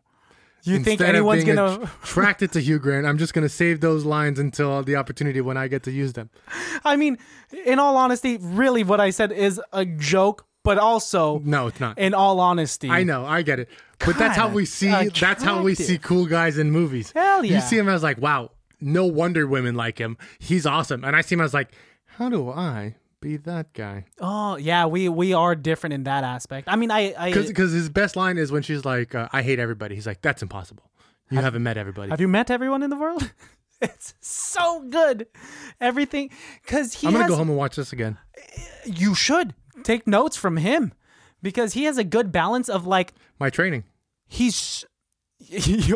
[SPEAKER 3] you think
[SPEAKER 2] Instead of
[SPEAKER 3] anyone's
[SPEAKER 2] being
[SPEAKER 3] gonna?
[SPEAKER 2] att- attracted to Hugh Grant? I'm just gonna save those lines until the opportunity when I get to use them.
[SPEAKER 3] I mean, in all honesty, really, what I said is a joke, but also,
[SPEAKER 2] No, it's not.
[SPEAKER 3] in all honesty,
[SPEAKER 2] I know, I get it, but that's how
[SPEAKER 3] Kinda
[SPEAKER 2] we see. That's how we see
[SPEAKER 3] attractive.
[SPEAKER 2] cool guys in movies.
[SPEAKER 3] Hell yeah.
[SPEAKER 2] You see him as like, wow, no wonder women like him. He's awesome, and I see him as like, how do I be that guy?
[SPEAKER 3] Oh yeah, we we are different in that aspect. I mean, I I
[SPEAKER 2] Because his best line is when she's like, uh, I hate everybody. He's like, that's impossible. You haven't met everybody.
[SPEAKER 3] have you met everyone in the world? it's so good, everything because he
[SPEAKER 2] I'm gonna
[SPEAKER 3] has
[SPEAKER 2] go home and watch this again.
[SPEAKER 3] you should take notes from him because he has a good balance of like
[SPEAKER 2] My training.
[SPEAKER 3] he's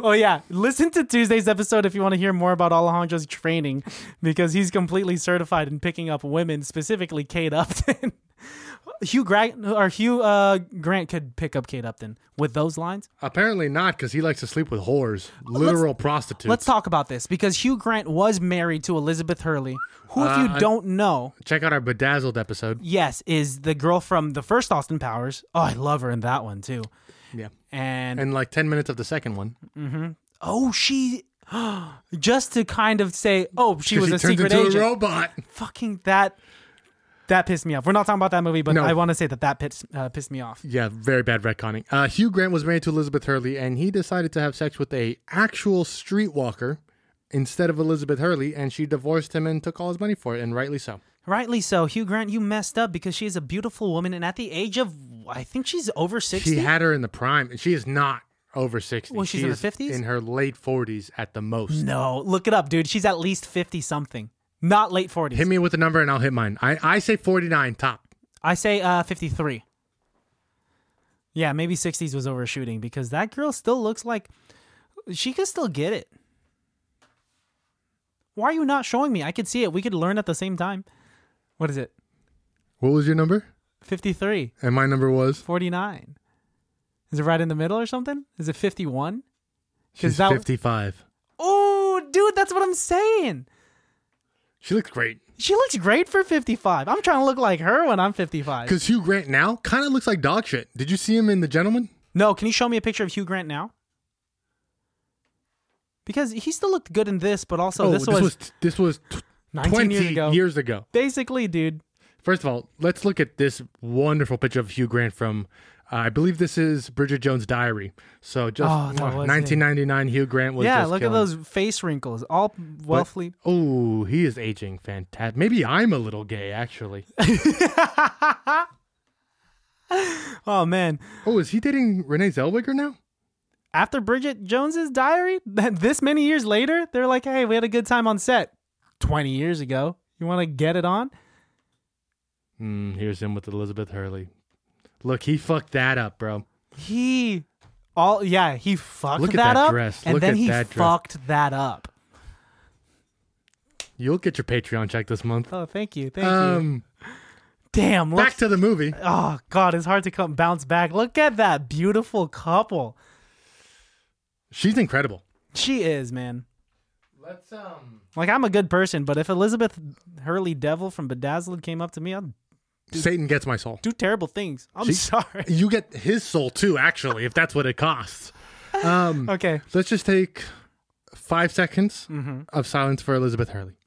[SPEAKER 3] oh yeah listen to tuesday's episode if you want to hear more about alejandro's training because he's completely certified in picking up women specifically kate upton hugh grant or hugh uh, grant could pick up kate upton with those lines
[SPEAKER 2] Apparently not, because he likes to sleep with whores, literal prostitutes.
[SPEAKER 3] let's talk about this because hugh grant was married to elizabeth hurley who if
[SPEAKER 2] Uh,
[SPEAKER 3] you don't know
[SPEAKER 2] Check out our bedazzled episode.
[SPEAKER 3] yes is the girl from the first austin powers oh i love her in that one too
[SPEAKER 2] Yeah,
[SPEAKER 3] and
[SPEAKER 2] and like ten minutes of the second one.
[SPEAKER 3] oh she just to kind of say oh she was
[SPEAKER 2] She
[SPEAKER 3] a
[SPEAKER 2] turns
[SPEAKER 3] secret
[SPEAKER 2] into
[SPEAKER 3] agent
[SPEAKER 2] a robot.
[SPEAKER 3] fucking that that pissed me off we're not talking about that movie but
[SPEAKER 2] No.
[SPEAKER 3] i want to say that that pissed, uh, pissed me off
[SPEAKER 2] Yeah, very bad retconning. Uh, Hugh Grant was married to Elizabeth Hurley, and he decided to have sex with a actual streetwalker instead of Elizabeth Hurley, and she divorced him and took all his money for it, and rightly so.
[SPEAKER 3] rightly so hugh grant you messed up because she is a beautiful woman and at the age of i think she's over 60
[SPEAKER 2] She had her in the prime, and she is not over sixty.
[SPEAKER 3] Well, she's
[SPEAKER 2] She
[SPEAKER 3] in her
[SPEAKER 2] is
[SPEAKER 3] 50s?
[SPEAKER 2] in her late forties at the most.
[SPEAKER 3] no look it up dude she's at least 50 something not late 40s
[SPEAKER 2] Hit me with a number, and I'll hit mine. I, I say forty nine top.
[SPEAKER 3] i say uh 53 yeah maybe 60s was overshooting because that girl still looks like she could still get it why are you not showing me i could see it we could learn at the same time what is it
[SPEAKER 2] What was your number?
[SPEAKER 3] 53,
[SPEAKER 2] And my number was
[SPEAKER 3] 49. Is it right in the middle or something? Is it 51?
[SPEAKER 2] she's
[SPEAKER 3] that-
[SPEAKER 2] fifty five.
[SPEAKER 3] Oh, dude, that's what I'm saying.
[SPEAKER 2] She looks great.
[SPEAKER 3] She looks great for 55. I'm trying to look like her when I'm 55.
[SPEAKER 2] Because Hugh Grant now kind of looks like dog shit. Did you see him in The Gentleman?
[SPEAKER 3] No, can you show me a picture of Hugh Grant now? Because he still looked good in this, but also this, was,
[SPEAKER 2] Oh, this was t-
[SPEAKER 3] 19
[SPEAKER 2] twenty
[SPEAKER 3] years ago.
[SPEAKER 2] years ago.
[SPEAKER 3] Basically, dude.
[SPEAKER 2] First of all, let's look at this wonderful picture of Hugh Grant from, uh, I believe this is Bridget Jones' Diary. So just
[SPEAKER 3] Oh, that
[SPEAKER 2] mwah,
[SPEAKER 3] was it.
[SPEAKER 2] 1999, Hugh Grant was.
[SPEAKER 3] yeah,
[SPEAKER 2] just
[SPEAKER 3] look
[SPEAKER 2] killing
[SPEAKER 3] at
[SPEAKER 2] it.
[SPEAKER 3] those face wrinkles, all wealthily.
[SPEAKER 2] Oh, he is aging fantastic. Maybe I'm a little gay, actually.
[SPEAKER 3] Oh man.
[SPEAKER 2] Oh, is he dating Renee Zellweger now?
[SPEAKER 3] After Bridget Jones's diary, this many years later, they're like, "Hey, we had a good time on set 20 years ago. You want to get it on?"
[SPEAKER 2] Mm, here's him with Elizabeth Hurley. Look, he fucked that up, bro.
[SPEAKER 3] He all yeah, he fucked
[SPEAKER 2] Look at
[SPEAKER 3] that,
[SPEAKER 2] that
[SPEAKER 3] up
[SPEAKER 2] dress.
[SPEAKER 3] and
[SPEAKER 2] Look
[SPEAKER 3] then
[SPEAKER 2] at
[SPEAKER 3] he
[SPEAKER 2] that dress.
[SPEAKER 3] fucked that up.
[SPEAKER 2] You'll get your Patreon check this month.
[SPEAKER 3] Oh, thank you. Thank you.
[SPEAKER 2] Um,
[SPEAKER 3] Damn, look
[SPEAKER 2] back to the movie.
[SPEAKER 3] Oh god, it's hard to come bounce back. Look at that beautiful couple.
[SPEAKER 2] She's incredible.
[SPEAKER 3] She is, man.
[SPEAKER 2] Let's um
[SPEAKER 3] Like I'm a good person, but if Elizabeth Hurley Devil from Bedazzled came up to me, I'd
[SPEAKER 2] Satan gets my soul.
[SPEAKER 3] do terrible things. I'm
[SPEAKER 2] She-
[SPEAKER 3] sorry.
[SPEAKER 2] You get his soul too, actually, if that's what it costs. Um,
[SPEAKER 3] Okay.
[SPEAKER 2] let's just take five seconds of silence for Elizabeth Hurley.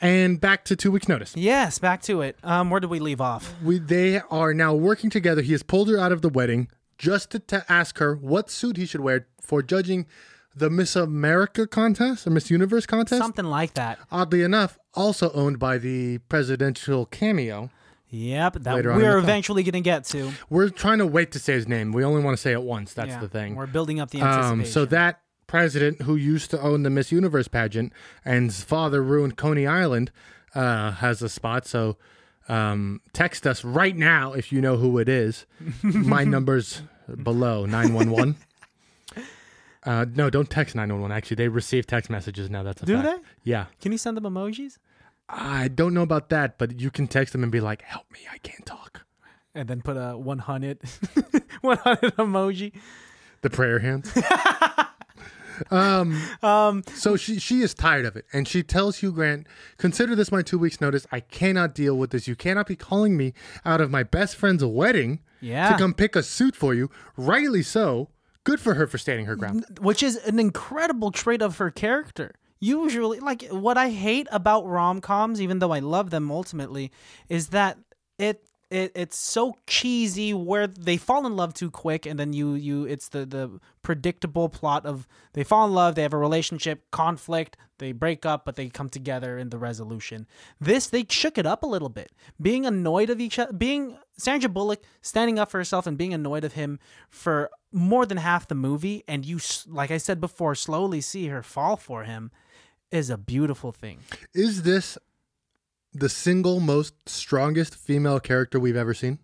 [SPEAKER 2] And back to two weeks' notice.
[SPEAKER 3] Yes, back to it. Um, where did we leave off?
[SPEAKER 2] We, they are now working together. He has pulled her out of the wedding just to, to ask her what suit he should wear for judging the Miss America contest or Miss Universe contest.
[SPEAKER 3] Something like that.
[SPEAKER 2] Oddly enough, also owned by the presidential cameo.
[SPEAKER 3] Yep, that
[SPEAKER 2] Later on in the
[SPEAKER 3] we're
[SPEAKER 2] film.
[SPEAKER 3] eventually gonna get to.
[SPEAKER 2] We're trying to wait to say his name. We only want to say it once. That's
[SPEAKER 3] Yeah,
[SPEAKER 2] the thing.
[SPEAKER 3] We're building up the anticipation.
[SPEAKER 2] Um, so that president who used to own the Miss Universe pageant and his father ruined Coney Island uh, has a spot. So um, text us right now if you know who it is. My number's below 911. Uh, no, don't text 911. Actually, they receive text messages now. That's a
[SPEAKER 3] Do
[SPEAKER 2] fact. Yeah.
[SPEAKER 3] can you send them emojis
[SPEAKER 2] I don't know about that, but you can text them and be like, help me. I can't talk.
[SPEAKER 3] and then put a 100, 100 emoji?
[SPEAKER 2] The prayer hands. um, so she she is tired of it, and she tells Hugh Grant, "Consider this my two weeks' notice. I cannot deal with this. You cannot be calling me out of my best friend's wedding
[SPEAKER 3] Yeah.
[SPEAKER 2] to come pick a suit for you. Rightly so. Good for her for standing her ground.
[SPEAKER 3] which is an incredible trait of her character. Usually, like what I hate about rom coms, even though I love them ultimately, is that it. It, it's so cheesy where they fall in love too quick and then you you it's the the predictable plot of they fall in love they have a relationship conflict they break up but they come together in the resolution this they shook it up a little bit being annoyed of each other being sandra bullock standing up for herself and being annoyed of him for more than half the movie and you s- like i said before slowly see her fall for him is a beautiful thing
[SPEAKER 2] Is this the single most strongest female character we've ever seen?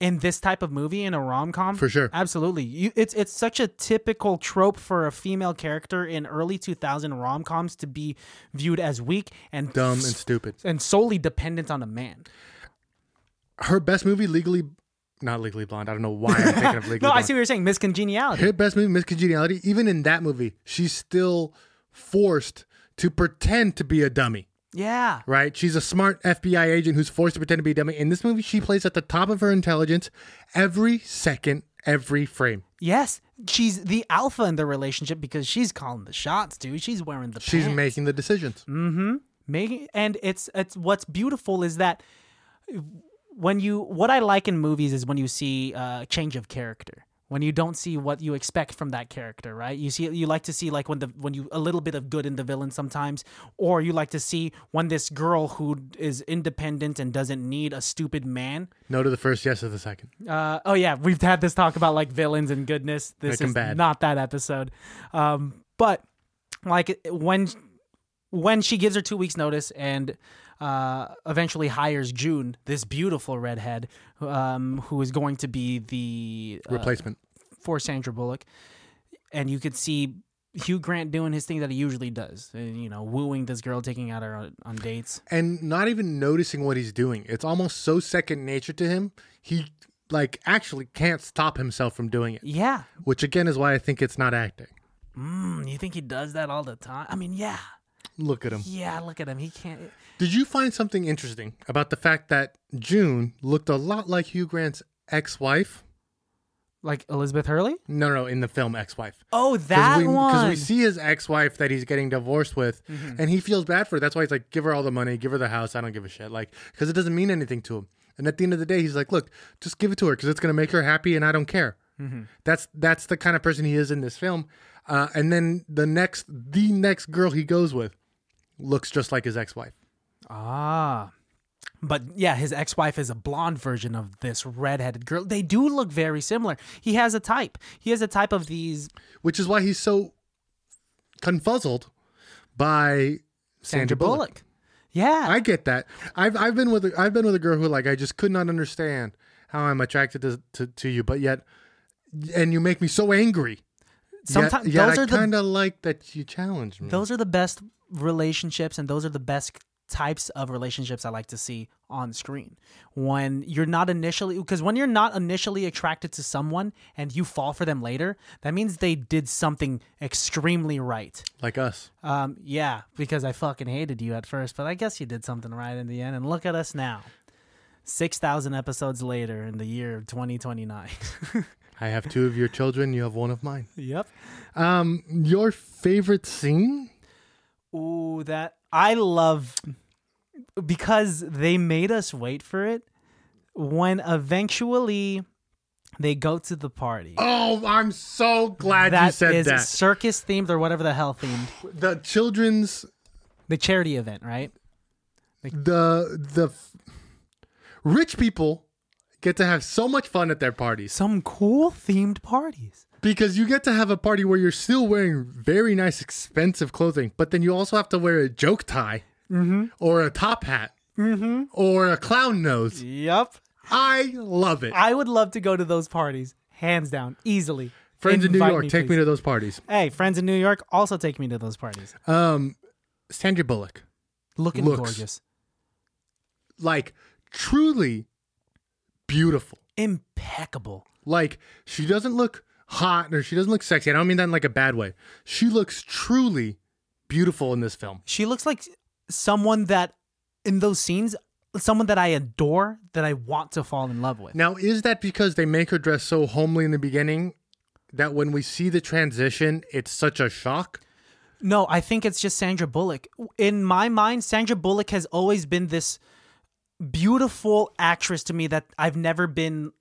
[SPEAKER 3] in this type of movie in a rom-com
[SPEAKER 2] For sure.
[SPEAKER 3] absolutely you, it's it's such a typical trope for a female character in early 2000 rom-coms to be viewed as weak and
[SPEAKER 2] Dumb and stupid.
[SPEAKER 3] and solely dependent on a man
[SPEAKER 2] Her best movie, Legally, not Legally Blonde. I don't know why I'm thinking of Legally
[SPEAKER 3] no
[SPEAKER 2] Blonde.
[SPEAKER 3] i see what you're saying miscongeniality
[SPEAKER 2] Her best movie, Miss Congeniality, even in that movie, she's still forced to pretend to be a dummy,
[SPEAKER 3] yeah
[SPEAKER 2] right? She's a smart FBI agent who's forced to pretend to be a dummy. In this movie, she plays at the top of her intelligence every second, every frame.
[SPEAKER 3] yes she's the alpha in the relationship because she's calling the shots dude she's wearing the
[SPEAKER 2] She's
[SPEAKER 3] pants.
[SPEAKER 2] making the decisions.
[SPEAKER 3] making and it's it's what's beautiful is that when you what i like in movies is when you see uh change of character when you don't see what you expect from that character right you see you like to see like when the when you a little bit of good in the villain sometimes or you like to see when this girl who is independent and doesn't need a stupid man
[SPEAKER 2] No to the first, yes to the second.
[SPEAKER 3] uh, oh yeah, we've had this talk about like villains and goodness. This
[SPEAKER 2] Make 'em
[SPEAKER 3] is
[SPEAKER 2] bad.
[SPEAKER 3] not that episode. Um, but like when when she gives her two weeks notice and uh, eventually hires June, this beautiful redhead um, who is going to be the uh,
[SPEAKER 2] Replacement.
[SPEAKER 3] for Sandra Bullock, and you could see. Hugh Grant doing his thing that he usually does, uh, you know, wooing this girl, taking out her on, on dates.
[SPEAKER 2] and not even noticing what he's doing. It's almost so second nature to him. He like actually can't stop himself from doing it,
[SPEAKER 3] Yeah,
[SPEAKER 2] which again is why I think it's not acting.
[SPEAKER 3] mm, you think he does that all the time? I mean, yeah,
[SPEAKER 2] Look at him.
[SPEAKER 3] yeah. Look at him; he can't.
[SPEAKER 2] Did you find something interesting about the fact that June looked a lot like Hugh Grant's ex-wife?
[SPEAKER 3] Like Elizabeth Hurley?
[SPEAKER 2] No, no, no, in the film ex-wife.
[SPEAKER 3] Oh, that
[SPEAKER 2] we,
[SPEAKER 3] one. Mm-hmm.
[SPEAKER 2] we see his ex-wife that he's getting divorced with, and he feels bad for her. That's why he's like, "Give her all the money, give her the house. I don't give a shit." Like, because it doesn't mean anything to him. And at the end of the day, he's like, "Look, just give it to her because it's gonna make her happy, and I don't care."
[SPEAKER 3] Mm-hmm.
[SPEAKER 2] That's that's the kind of person he is in this film. Uh, and then the next, the next girl he goes with, looks just like his ex-wife.
[SPEAKER 3] ah, But yeah, his ex-wife is a blonde version of this redheaded girl. They do look very similar. He has a type. He has a type of these
[SPEAKER 2] which is why he's so confuzzled by Sandra,
[SPEAKER 3] Sandra
[SPEAKER 2] Bullock.
[SPEAKER 3] Bullock. Yeah.
[SPEAKER 2] I get that. I've I've been with a, I've been with a girl who like I just could not understand how I'm attracted to to, to you, but yet, and you make me so angry.
[SPEAKER 3] Sometimes
[SPEAKER 2] yet, yet
[SPEAKER 3] those
[SPEAKER 2] I
[SPEAKER 3] are the
[SPEAKER 2] kind of like that you challenge me.
[SPEAKER 3] those are the best relationships and those are the best types of relationships I like to see on screen. When you're not initially because when you're not initially attracted to someone and you fall for them later, that means they did something extremely right.
[SPEAKER 2] like us.
[SPEAKER 3] Um yeah, because I fucking hated you at first, but I guess you did something right in the end and look at us now. 6,000 episodes later in the year of 2029.
[SPEAKER 2] I have two of your children. You have one of mine.
[SPEAKER 3] yep.
[SPEAKER 2] Um, your favorite scene?
[SPEAKER 3] Ooh, that I love because they made us wait for it. When eventually they go to the party,
[SPEAKER 2] Oh, I'm so glad you
[SPEAKER 3] that
[SPEAKER 2] said
[SPEAKER 3] is
[SPEAKER 2] that.
[SPEAKER 3] circus themed or whatever the hell themed,
[SPEAKER 2] the children's
[SPEAKER 3] the charity event, right?
[SPEAKER 2] the the f- rich people get to have so much fun at their parties
[SPEAKER 3] Some cool themed parties.
[SPEAKER 2] because you get to have a party where you're still wearing very nice expensive clothing but then you also have to wear a joke tie
[SPEAKER 3] Mm-hmm.
[SPEAKER 2] or a top hat or a clown nose
[SPEAKER 3] Yep,
[SPEAKER 2] i love it
[SPEAKER 3] I would love to go to those parties, hands down, easily.
[SPEAKER 2] friends in new
[SPEAKER 3] Invite
[SPEAKER 2] york take me
[SPEAKER 3] please.
[SPEAKER 2] to those parties
[SPEAKER 3] Hey, friends in New York, also take me to those parties.
[SPEAKER 2] um sandra bullock
[SPEAKER 3] Looking
[SPEAKER 2] Looks.
[SPEAKER 3] gorgeous,
[SPEAKER 2] like truly beautiful
[SPEAKER 3] impeccable.
[SPEAKER 2] Like she doesn't look hot or she doesn't look sexy. I don't mean that in like a bad way. She looks truly beautiful in this film.
[SPEAKER 3] She looks like someone that in those scenes, someone that I adore, that I want to fall in love with.
[SPEAKER 2] Now, is that because they make her dress so homely in the beginning that when we see the transition, it's such a shock?
[SPEAKER 3] No, I think it's just Sandra Bullock. In my mind, Sandra Bullock has always been this beautiful actress to me that I've never been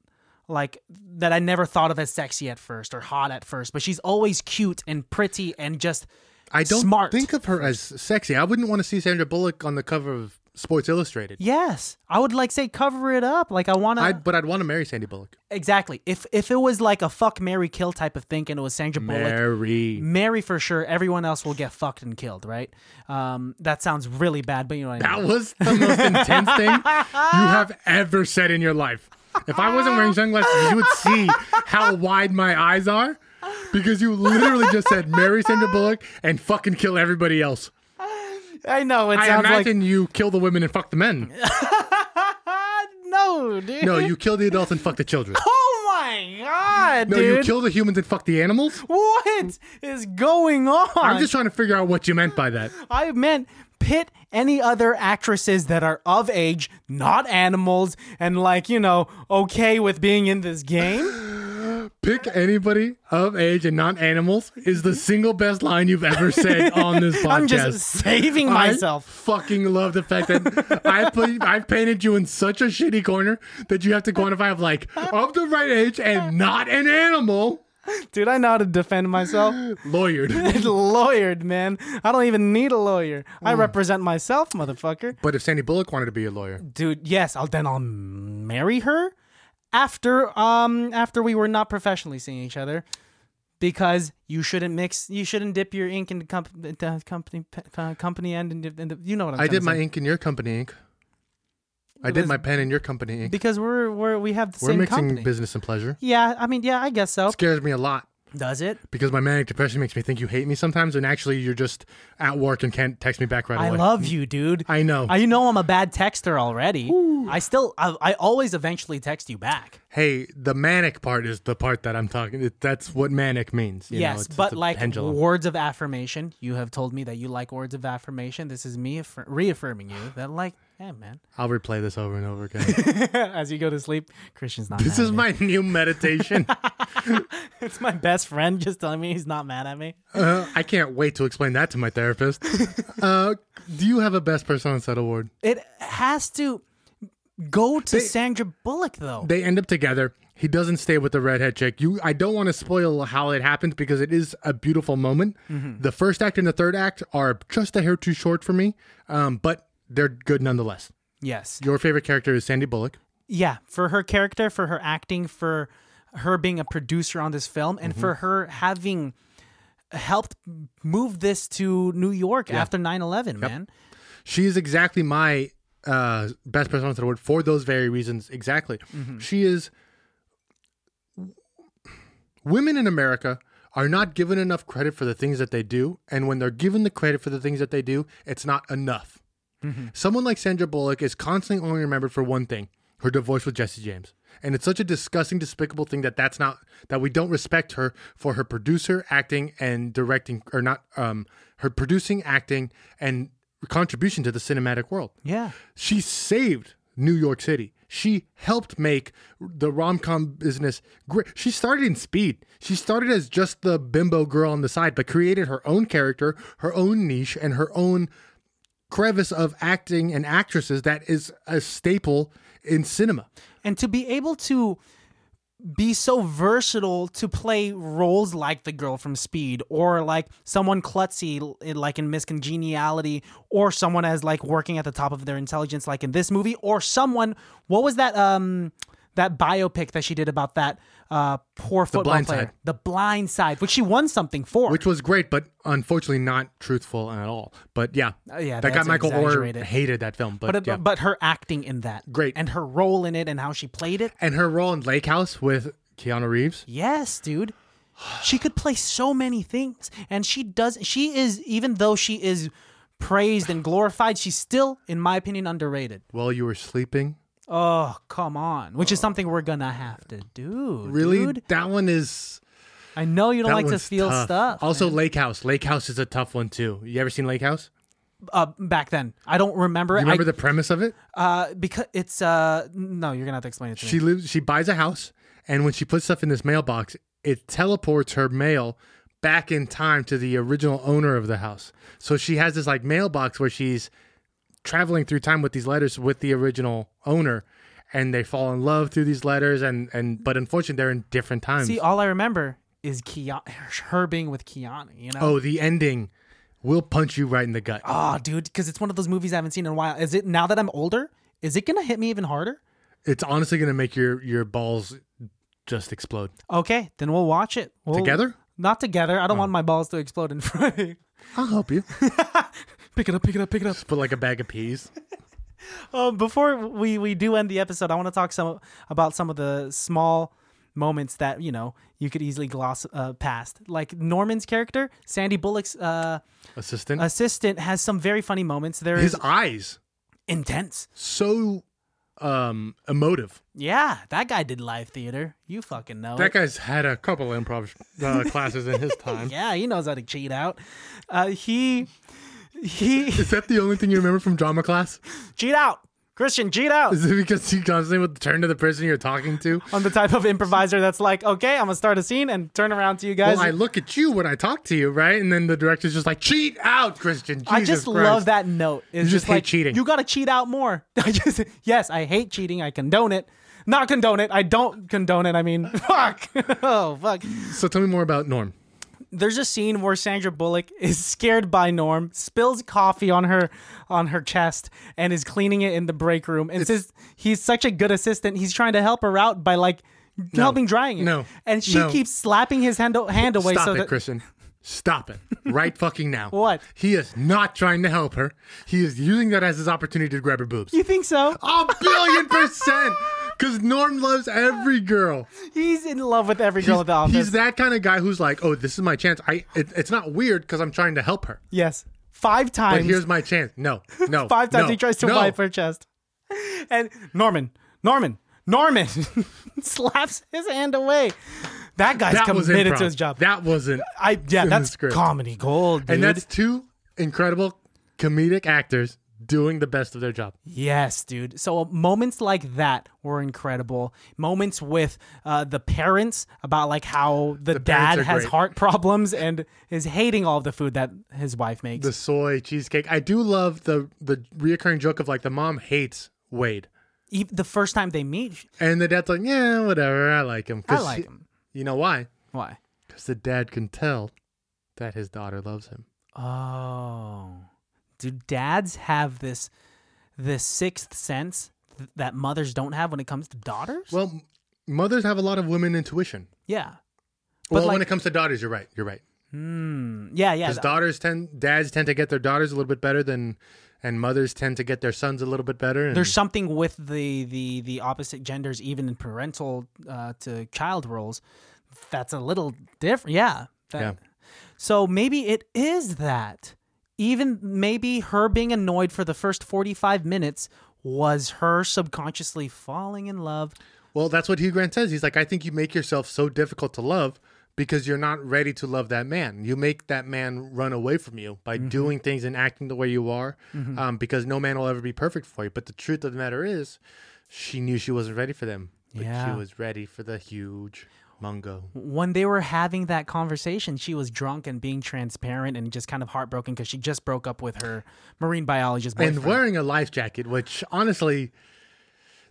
[SPEAKER 3] like that I never thought of as sexy at first or hot at first, but she's always cute and pretty and just
[SPEAKER 2] I don't
[SPEAKER 3] Smart.
[SPEAKER 2] think of her as sexy. I wouldn't want to see Sandra Bullock on the cover of Sports Illustrated.
[SPEAKER 3] yes, I would like say cover it up. Like I want to
[SPEAKER 2] I'd, but I'd want to marry Sandy Bullock.
[SPEAKER 3] exactly. If if it was like a fuck Mary kill type of thing and it was Sandra Bullock
[SPEAKER 2] Marry.
[SPEAKER 3] Mary for sure. Everyone else will get fucked and killed, right? Um, that sounds really bad, but you know what I
[SPEAKER 2] That
[SPEAKER 3] mean.
[SPEAKER 2] was the most intense thing you have ever said in your life. If I wasn't wearing sunglasses, you would see how wide my eyes are because you literally just said marry Sandra Bullock and fucking kill everybody else.
[SPEAKER 3] I know it
[SPEAKER 2] I
[SPEAKER 3] sounds like
[SPEAKER 2] imagine you kill the women and fuck the men.
[SPEAKER 3] "Ah, no, dude.
[SPEAKER 2] No, you kill the adults and fuck the children.
[SPEAKER 3] Oh my god,
[SPEAKER 2] No, you
[SPEAKER 3] dude!
[SPEAKER 2] kill the humans and fuck the animals.
[SPEAKER 3] what is going on?
[SPEAKER 2] I'm just trying to figure out what you meant by that.
[SPEAKER 3] I meant pit any other actresses that are of age, not animals, and like you know, okay with being in this game.
[SPEAKER 2] Pick anybody of age and not animals is the single best line you've ever said on this podcast.
[SPEAKER 3] I'm just saving myself.
[SPEAKER 2] I fucking love the fact that I put, I've painted you in such a shitty corner that you have to quantify of like of the right age and not an animal.
[SPEAKER 3] Dude, I know how to defend myself.
[SPEAKER 2] Lawyered.
[SPEAKER 3] Lawyered, man. I don't even need a lawyer.
[SPEAKER 2] Mm.
[SPEAKER 3] I represent myself, motherfucker.
[SPEAKER 2] But if Sandy Bullock wanted to be a lawyer,
[SPEAKER 3] dude yes i'll then i'll marry her after um after we were not professionally seeing each other because you shouldn't mix you shouldn't dip your ink into comp- into company pe- uh, company end and, and you know what i'm
[SPEAKER 2] I
[SPEAKER 3] trying
[SPEAKER 2] did
[SPEAKER 3] to
[SPEAKER 2] my
[SPEAKER 3] say.
[SPEAKER 2] ink in your company ink. I did my pen in your company ink.
[SPEAKER 3] because we're we're we have the
[SPEAKER 2] We're
[SPEAKER 3] same
[SPEAKER 2] mixing
[SPEAKER 3] company
[SPEAKER 2] business and pleasure.
[SPEAKER 3] yeah i mean yeah i guess so
[SPEAKER 2] Scares me a lot
[SPEAKER 3] does it
[SPEAKER 2] because my manic depression makes me think you hate me sometimes, and actually you're just at work and can't text me back right
[SPEAKER 3] i
[SPEAKER 2] away.
[SPEAKER 3] love you dude
[SPEAKER 2] I know.
[SPEAKER 3] I know I'm a bad texter already. I still, I, I always eventually text you back.
[SPEAKER 2] hey, the manic part is the part that I'm talking. it- That's what manic means. You know,
[SPEAKER 3] yes,
[SPEAKER 2] it's- it's
[SPEAKER 3] but
[SPEAKER 2] a
[SPEAKER 3] like
[SPEAKER 2] pendulum.
[SPEAKER 3] words of affirmation. You have told me that you like words of affirmation. This is me affir- reaffirming you that, like, hey, man,
[SPEAKER 2] I'll replay this over and over again.
[SPEAKER 3] as you go to sleep, Christian's not.
[SPEAKER 2] this
[SPEAKER 3] mad
[SPEAKER 2] is
[SPEAKER 3] at
[SPEAKER 2] my new meditation.
[SPEAKER 3] me. It's my best friend just telling me he's not mad at me.
[SPEAKER 2] Uh, I can't wait to explain that to my therapist. Uh, do you have a best person on set award?
[SPEAKER 3] It has to go to Sandra Bullock though.
[SPEAKER 2] They end up together. He doesn't stay with the redhead chick. You, I don't want to spoil how it happens because it is a beautiful moment. The first act and the third act are just a hair too short for me, um, but they're good nonetheless.
[SPEAKER 3] Yes.
[SPEAKER 2] Your favorite character is Sandy Bullock.
[SPEAKER 3] Yeah, for her character, for her acting, for her being a producer on this film, and for
[SPEAKER 2] Mm-hmm.
[SPEAKER 3] her having helped move this to New York after 9 11, man.
[SPEAKER 2] She is exactly my uh, best person to the word for those very reasons. Exactly. She is. Women in America are not given enough credit for the things that they do. And when they're given the credit for the things that they do, it's not enough. Someone like Sandra Bullock is constantly only remembered for one thing her divorce with Jesse James. And it's such a disgusting, despicable thing that that's not, that we don't respect her for her producer, acting, and directing, or not, um, her producing, acting, and contribution to the cinematic world.
[SPEAKER 3] Yeah.
[SPEAKER 2] She saved New York City. She helped make the rom com business great. She started in Speed. She started as just the bimbo girl on the side, but created her own character, her own niche, and her own crevice of acting and actresses that is a staple in cinema.
[SPEAKER 3] And to be able to be so versatile to play roles like the girl from Speed or like someone klutzy l- like in Miscongeniality or someone as like working at the top of their intelligence like in this movie or someone what was that um that biopic that she did about that uh poor football
[SPEAKER 2] Blind
[SPEAKER 3] player
[SPEAKER 2] Side.
[SPEAKER 3] The Blind Side which she won something for
[SPEAKER 2] Which was great, but unfortunately not truthful at all. But yeah,
[SPEAKER 3] Uh, yeah,
[SPEAKER 2] that guy
[SPEAKER 3] that's
[SPEAKER 2] Michael Orr
[SPEAKER 3] exaggerated.
[SPEAKER 2] hated that film. But,
[SPEAKER 3] but
[SPEAKER 2] yeah.
[SPEAKER 3] but her acting in that
[SPEAKER 2] Great.
[SPEAKER 3] and her role in it and how she played it
[SPEAKER 2] and her role in Lake House with Keanu Reeves,
[SPEAKER 3] Yes, dude. She could play so many things and she does she is even though she is praised and glorified, she's still in my opinion underrated.
[SPEAKER 2] while you were sleeping.
[SPEAKER 3] Oh, come on. Which is something we're going to have to do.
[SPEAKER 2] Really,
[SPEAKER 3] Dude.
[SPEAKER 2] that one is.
[SPEAKER 3] I know you don't
[SPEAKER 2] That
[SPEAKER 3] like to
[SPEAKER 2] one's
[SPEAKER 3] feel
[SPEAKER 2] tough.
[SPEAKER 3] stuff.
[SPEAKER 2] Also, Lake House. Lake House is a tough one too. You ever seen Lake House?
[SPEAKER 3] uh, back then. I don't remember it.
[SPEAKER 2] You remember the premise of it?
[SPEAKER 3] I, uh because it's uh no, you're going to have to explain it to me.
[SPEAKER 2] She lives. She buys a house, and when she puts stuff in this mailbox, it teleports her mail back in time to the original owner of the house. So she has this like mailbox where she's traveling through time with these letters with the original owner, and they fall in love through these letters. And and but unfortunately, they're in different times.
[SPEAKER 3] See, all I remember is Keanu, her being with Keanu, you know?
[SPEAKER 2] oh, the ending will punch you right in the gut.
[SPEAKER 3] Oh, dude, because it's one of those movies I haven't seen in a while. Is it now that I'm older? Is it gonna hit me even harder?
[SPEAKER 2] It's honestly gonna make your your balls just explode.
[SPEAKER 3] Okay, then we'll watch it We'll-
[SPEAKER 2] Together?
[SPEAKER 3] Not together. Oh. I don't want my balls to explode in front. of you.
[SPEAKER 2] I'll help you.
[SPEAKER 3] pick it up, pick it up, pick it up.
[SPEAKER 2] Put like a bag of peas.
[SPEAKER 3] Um, before we we do end the episode, I want to talk some about some of the small moments that you know you could easily gloss uh, past, like Norman's character, Sandy Bullock's uh,
[SPEAKER 2] Assistant.
[SPEAKER 3] assistant, has some very funny moments. They're
[SPEAKER 2] His eyes
[SPEAKER 3] intense.
[SPEAKER 2] so um emotive.
[SPEAKER 3] Yeah, that guy did live theater. You fucking know. it.
[SPEAKER 2] That guy's had a couple of improv uh, classes in his time.
[SPEAKER 3] Yeah, he knows how to cheat out. Uh, he he
[SPEAKER 2] Is that the only thing you remember from drama class?
[SPEAKER 3] cheat out. Christian, cheat out.
[SPEAKER 2] Is it because you constantly would turn to the person you're talking to?
[SPEAKER 3] I'm the type of improviser that's like, okay, I'm gonna start a scene and turn around to you guys.
[SPEAKER 2] Well, I look at you when I talk to you, right? And then the director's just like, "Cheat out, Christian." Jesus
[SPEAKER 3] I just love
[SPEAKER 2] Christ."
[SPEAKER 3] that note. It's
[SPEAKER 2] just hate
[SPEAKER 3] like,
[SPEAKER 2] cheating.
[SPEAKER 3] You gotta cheat out more. I just yes, I hate cheating. I condone it. Not condone it. I don't condone it. I mean, fuck. oh fuck.
[SPEAKER 2] So tell me more about Norm.
[SPEAKER 3] There's a scene where Sandra Bullock is scared by Norm, spills coffee on her on her chest, and is cleaning it in the break room. And says he's such a good assistant. He's trying to help her out by like helping drying it.
[SPEAKER 2] No.
[SPEAKER 3] and she
[SPEAKER 2] No.
[SPEAKER 3] keeps slapping his hand, hand away.
[SPEAKER 2] Stop
[SPEAKER 3] so
[SPEAKER 2] it,
[SPEAKER 3] that,
[SPEAKER 2] Christian. Stop it right fucking now.
[SPEAKER 3] What?
[SPEAKER 2] He is not trying to help her. He is using that as his opportunity to grab her boobs.
[SPEAKER 3] you think so?
[SPEAKER 2] A billion percent. Because Norm loves every girl.
[SPEAKER 3] He's in love with every girl
[SPEAKER 2] He's,
[SPEAKER 3] at the office.
[SPEAKER 2] he's that kind of guy who's like, oh, this is my chance. I it, it's not weird because I'm trying to help her.
[SPEAKER 3] Yes. Five
[SPEAKER 2] But
[SPEAKER 3] times.
[SPEAKER 2] here's my chance. No, no.
[SPEAKER 3] five times
[SPEAKER 2] no,
[SPEAKER 3] he tries to
[SPEAKER 2] no.
[SPEAKER 3] wipe her chest. And Norman, Norman, Norman slaps his hand away. That guy's
[SPEAKER 2] That was
[SPEAKER 3] committed
[SPEAKER 2] improv.
[SPEAKER 3] to his job.
[SPEAKER 2] That wasn't.
[SPEAKER 3] I yeah,
[SPEAKER 2] in the
[SPEAKER 3] that's
[SPEAKER 2] script.
[SPEAKER 3] comedy gold, dude.
[SPEAKER 2] and that's two incredible comedic actors doing the best of their job.
[SPEAKER 3] yes, dude. So uh, moments like that were incredible. Moments with uh, the parents about like how the,
[SPEAKER 2] parents
[SPEAKER 3] dad
[SPEAKER 2] are
[SPEAKER 3] has
[SPEAKER 2] great.
[SPEAKER 3] heart problems and is hating all of the food that his wife makes.
[SPEAKER 2] The soy cheesecake. I do love the the reoccurring joke of like the mom hates Wade,
[SPEAKER 3] E- the first time they meet,
[SPEAKER 2] and the dad's like, yeah, whatever. I like him.
[SPEAKER 3] I
[SPEAKER 2] 'Cause
[SPEAKER 3] like
[SPEAKER 2] he-
[SPEAKER 3] him.
[SPEAKER 2] You know why?
[SPEAKER 3] Why?
[SPEAKER 2] Because the dad can tell that his daughter loves him.
[SPEAKER 3] Oh. Do dads have this the sixth sense th- that mothers don't have when it comes to daughters?
[SPEAKER 2] Well, m- mothers have a lot of women intuition.
[SPEAKER 3] yeah.
[SPEAKER 2] Well,
[SPEAKER 3] like-
[SPEAKER 2] when it comes to daughters, you're right. You're right.
[SPEAKER 3] Mm, Yeah, yeah.
[SPEAKER 2] Because daughters tend, dads tend to get their daughters a little bit better than, and mothers tend to get their sons a little bit better. And
[SPEAKER 3] There's something with the the the opposite genders even in parental uh, to child roles that's a little different. Yeah. That-
[SPEAKER 2] Yeah.
[SPEAKER 3] So maybe it is that. Even maybe her being annoyed for the first 45 minutes was her subconsciously falling in love
[SPEAKER 2] Well, that's what Hugh Grant says. He's like, I think you make yourself so difficult to love because you're not ready to love that man. You make that man run away from you by
[SPEAKER 3] Mm-hmm.
[SPEAKER 2] doing things and acting the way you are um, because no man will ever be perfect for you. But the truth of the matter is, she knew she wasn't ready for them, but
[SPEAKER 3] Yeah.
[SPEAKER 2] she was ready for the huge mungo.
[SPEAKER 3] when they were having that conversation, she was drunk and being transparent and just kind of heartbroken because she just broke up with her marine biologist boyfriend.
[SPEAKER 2] And wearing a life jacket, which honestly,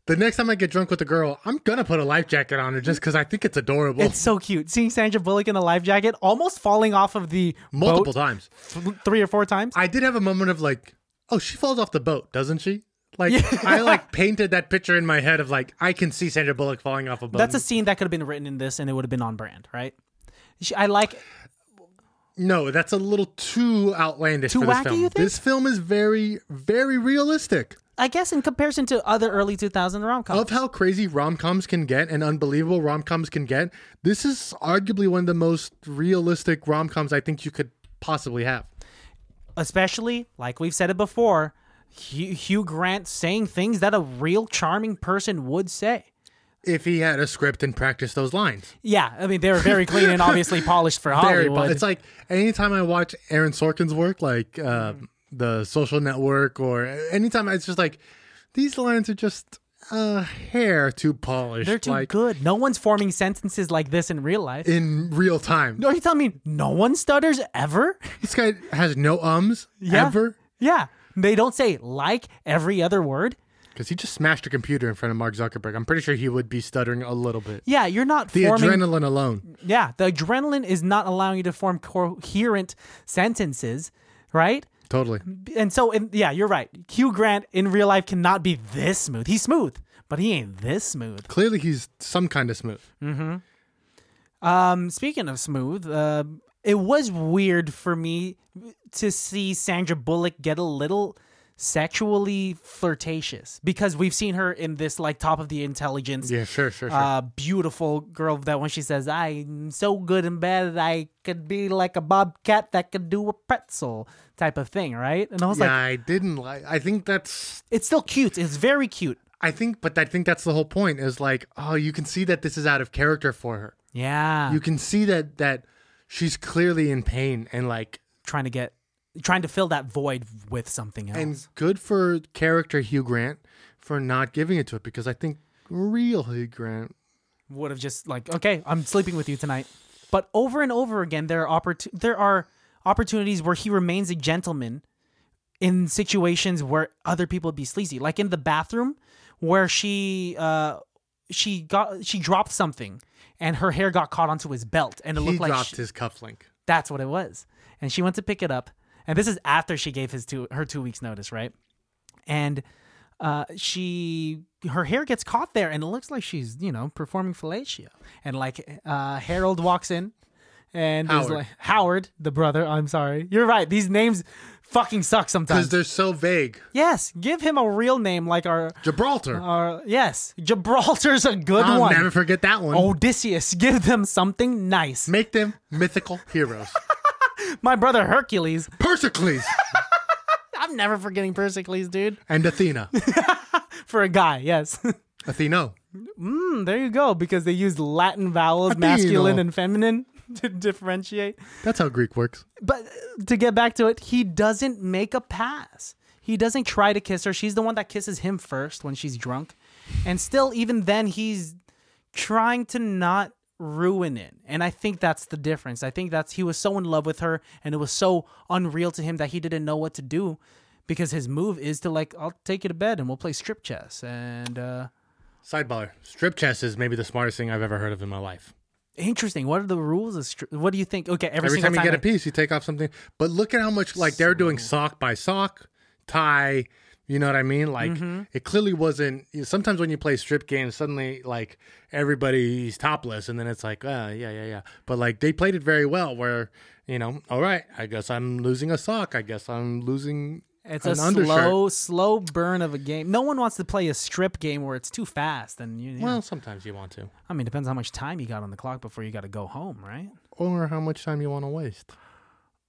[SPEAKER 2] the next time I get drunk with a girl, I'm going to put a life jacket on her just because I think it's adorable.
[SPEAKER 3] it's so cute seeing Sandra Bullock in a life jacket, almost falling off of the
[SPEAKER 2] Multiple Um,
[SPEAKER 3] boat
[SPEAKER 2] times.
[SPEAKER 3] th- three or four times.
[SPEAKER 2] I did have a moment of like, oh, she falls off the boat, doesn't she? Like I like painted that picture in my head of like I can see Sandra Bullock falling off a boat.
[SPEAKER 3] That's a scene that could have been written in this, and it would have been on brand, right? She, I like
[SPEAKER 2] no, that's a little too outlandish
[SPEAKER 3] Too
[SPEAKER 2] for this
[SPEAKER 3] wacky,
[SPEAKER 2] film.
[SPEAKER 3] you think?
[SPEAKER 2] This film is very, very realistic
[SPEAKER 3] I guess in comparison to other early 2000 rom coms.
[SPEAKER 2] of how crazy rom coms can get and unbelievable rom coms can get. This is arguably one of the most realistic rom coms I think you could possibly have.
[SPEAKER 3] Especially, like we've said it before, Hugh, Hugh Grant saying things that a real charming person would say.
[SPEAKER 2] If he had a script and practiced those lines.
[SPEAKER 3] Yeah, I mean they were very clean and obviously polished for
[SPEAKER 2] very
[SPEAKER 3] Hollywood.
[SPEAKER 2] po- It's like anytime I watch Aaron Sorkin's work, like uh,
[SPEAKER 3] Mm.
[SPEAKER 2] the Social Network, or anytime it's just like these lines are just a hair too polished.
[SPEAKER 3] They're too
[SPEAKER 2] like,
[SPEAKER 3] good. No one's forming sentences like this in real life.
[SPEAKER 2] in real time.
[SPEAKER 3] Are you telling me no one stutters ever?
[SPEAKER 2] This guy has no ums
[SPEAKER 3] Yeah.
[SPEAKER 2] ever
[SPEAKER 3] yeah, they don't say like every other word.
[SPEAKER 2] because he just smashed a computer in front of Mark Zuckerberg. I'm pretty sure he would be stuttering a little bit.
[SPEAKER 3] Yeah, you're not
[SPEAKER 2] The
[SPEAKER 3] forming.
[SPEAKER 2] adrenaline alone.
[SPEAKER 3] yeah, the adrenaline is not allowing you to form coherent sentences, right?
[SPEAKER 2] Totally.
[SPEAKER 3] And so, and yeah, you're right. Hugh Grant in real life cannot be this smooth. He's smooth, but he ain't this smooth.
[SPEAKER 2] Clearly, he's some kind of smooth.
[SPEAKER 3] Mm. Um, speaking of smooth, uh, it was weird for me to see Sandra Bullock get a little sexually flirtatious because we've seen her in this like top of the intelligence,
[SPEAKER 2] Yeah, sure, sure, sure.
[SPEAKER 3] uh, beautiful girl that when she says, "I'm so good in bed, I could be like a bobcat that could do a pretzel" type of thing, right? And I was
[SPEAKER 2] yeah,
[SPEAKER 3] like,
[SPEAKER 2] I didn't like. I think that's
[SPEAKER 3] it's still cute. It's very cute.
[SPEAKER 2] I think, but I think that's the whole point is like, oh, you can see that this is out of character for her.
[SPEAKER 3] Yeah,
[SPEAKER 2] You can see that that she's clearly in pain and like,
[SPEAKER 3] trying to get, trying to fill that void with something else.
[SPEAKER 2] and good for character Hugh Grant for not giving it to it because I think real Hugh Grant.
[SPEAKER 3] would have just like, okay, I'm sleeping with you tonight. But over and over again, there are opportu- there are opportunities where he remains a gentleman in situations where other people would be sleazy, like in the bathroom where she uh she got she dropped something and her hair got caught onto his belt and it
[SPEAKER 2] He
[SPEAKER 3] looked like
[SPEAKER 2] dropped
[SPEAKER 3] she-
[SPEAKER 2] his cufflink.
[SPEAKER 3] that's what it was. And she went to pick it up. And this is after she gave his two her two weeks notice, right? And uh, she her hair gets caught there, and it looks like she's you know performing fellatio. And like uh, Harold walks in, and is
[SPEAKER 2] Howard.
[SPEAKER 3] like Howard, the brother. I'm sorry, you're right. These names fucking suck
[SPEAKER 2] Because
[SPEAKER 3] sometimes.
[SPEAKER 2] they're so vague.
[SPEAKER 3] Yes, give him a real name like our
[SPEAKER 2] Gibraltar.
[SPEAKER 3] our yes Gibraltar's a Uh, good
[SPEAKER 2] I'll
[SPEAKER 3] one. Oh.
[SPEAKER 2] never forget that one.
[SPEAKER 3] Odysseus, give them something nice.
[SPEAKER 2] Make them mythical heroes.
[SPEAKER 3] My brother Hercules.
[SPEAKER 2] Persicles
[SPEAKER 3] I'm never forgetting Pericles, dude.
[SPEAKER 2] and Athena.
[SPEAKER 3] For a guy, yes.
[SPEAKER 2] Athena.
[SPEAKER 3] Hmm, there you go, because they used Latin vowels,
[SPEAKER 2] Latino.
[SPEAKER 3] masculine and feminine, to differentiate.
[SPEAKER 2] That's how Greek works.
[SPEAKER 3] But uh, to get back to it, he doesn't make a pass. He doesn't try to kiss her. She's the one that kisses him first when she's drunk. And still, even then, he's trying to not ruin it. And I think that's the difference. I think that's he was so in love with her and it was so unreal to him that he didn't know what to do because his move is to, like, I'll take you to bed and we'll play strip chess. And, uh,
[SPEAKER 2] Sidebar. Strip chess is maybe the smartest thing I've ever heard of in my life.
[SPEAKER 3] Interesting. What are the rules of stri- what do you think? Okay, every,
[SPEAKER 2] every
[SPEAKER 3] single
[SPEAKER 2] time you get a
[SPEAKER 3] I-
[SPEAKER 2] piece, you take off something. But look at how much like they're doing sock by sock, tie. You know what I mean? Like it clearly wasn't. You know, sometimes when you play strip games, suddenly like everybody's topless, and then it's like, uh, yeah, yeah, yeah. But like they played it very well, where you know, all right, I guess I'm losing a sock. I guess I'm losing.
[SPEAKER 3] It's
[SPEAKER 2] an
[SPEAKER 3] a
[SPEAKER 2] undershirt.
[SPEAKER 3] slow, slow burn of a game. No one wants to play a strip game where it's too fast, and you. you know.
[SPEAKER 2] Well, sometimes you want to,
[SPEAKER 3] I mean, depends how much time you got on the clock before you got to go home, right?
[SPEAKER 2] or how much time you want to waste.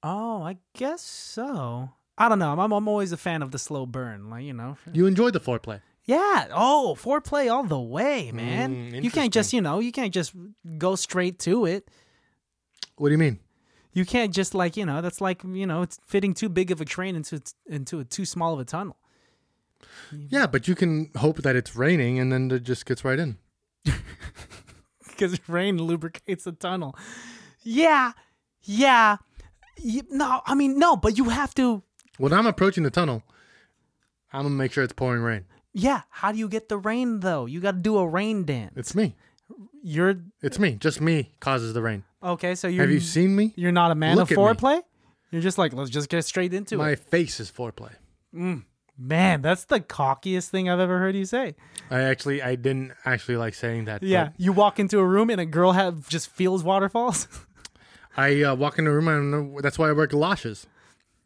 [SPEAKER 3] Oh, I guess so. I don't know. I'm, I'm always a fan of the slow burn, like you know.
[SPEAKER 2] You enjoyed the foreplay.
[SPEAKER 3] Yeah. Oh, foreplay all the way, man.
[SPEAKER 2] Mm,
[SPEAKER 3] you can't just, you know, you can't just go straight to it.
[SPEAKER 2] What do you mean?
[SPEAKER 3] You can't just like, you know, that's like, you know, it's fitting too big of a train into into a too small of a tunnel.
[SPEAKER 2] Yeah, but you can hope that it's raining and then it just gets right in.
[SPEAKER 3] because rain lubricates the tunnel. Yeah, yeah. Y- no, I mean no, but you have to.
[SPEAKER 2] When I'm approaching the tunnel, I'm gonna make sure it's pouring rain.
[SPEAKER 3] Yeah, how do you get the rain though? You got to do a rain dance.
[SPEAKER 2] It's me.
[SPEAKER 3] You're
[SPEAKER 2] It's me. Just me causes the rain.
[SPEAKER 3] okay. So you're
[SPEAKER 2] Have you seen me?
[SPEAKER 3] you're not a man of
[SPEAKER 2] Look at me.
[SPEAKER 3] foreplay. You're just like let's just get straight into
[SPEAKER 2] My
[SPEAKER 3] it.
[SPEAKER 2] face is foreplay.
[SPEAKER 3] Man, that's the cockiest thing I've ever heard you say.
[SPEAKER 2] I actually, I didn't actually like saying that. but
[SPEAKER 3] Yeah, you walk into a room and a girl have just feels waterfalls.
[SPEAKER 2] I uh, walk in the room and that's why I wear galoshes.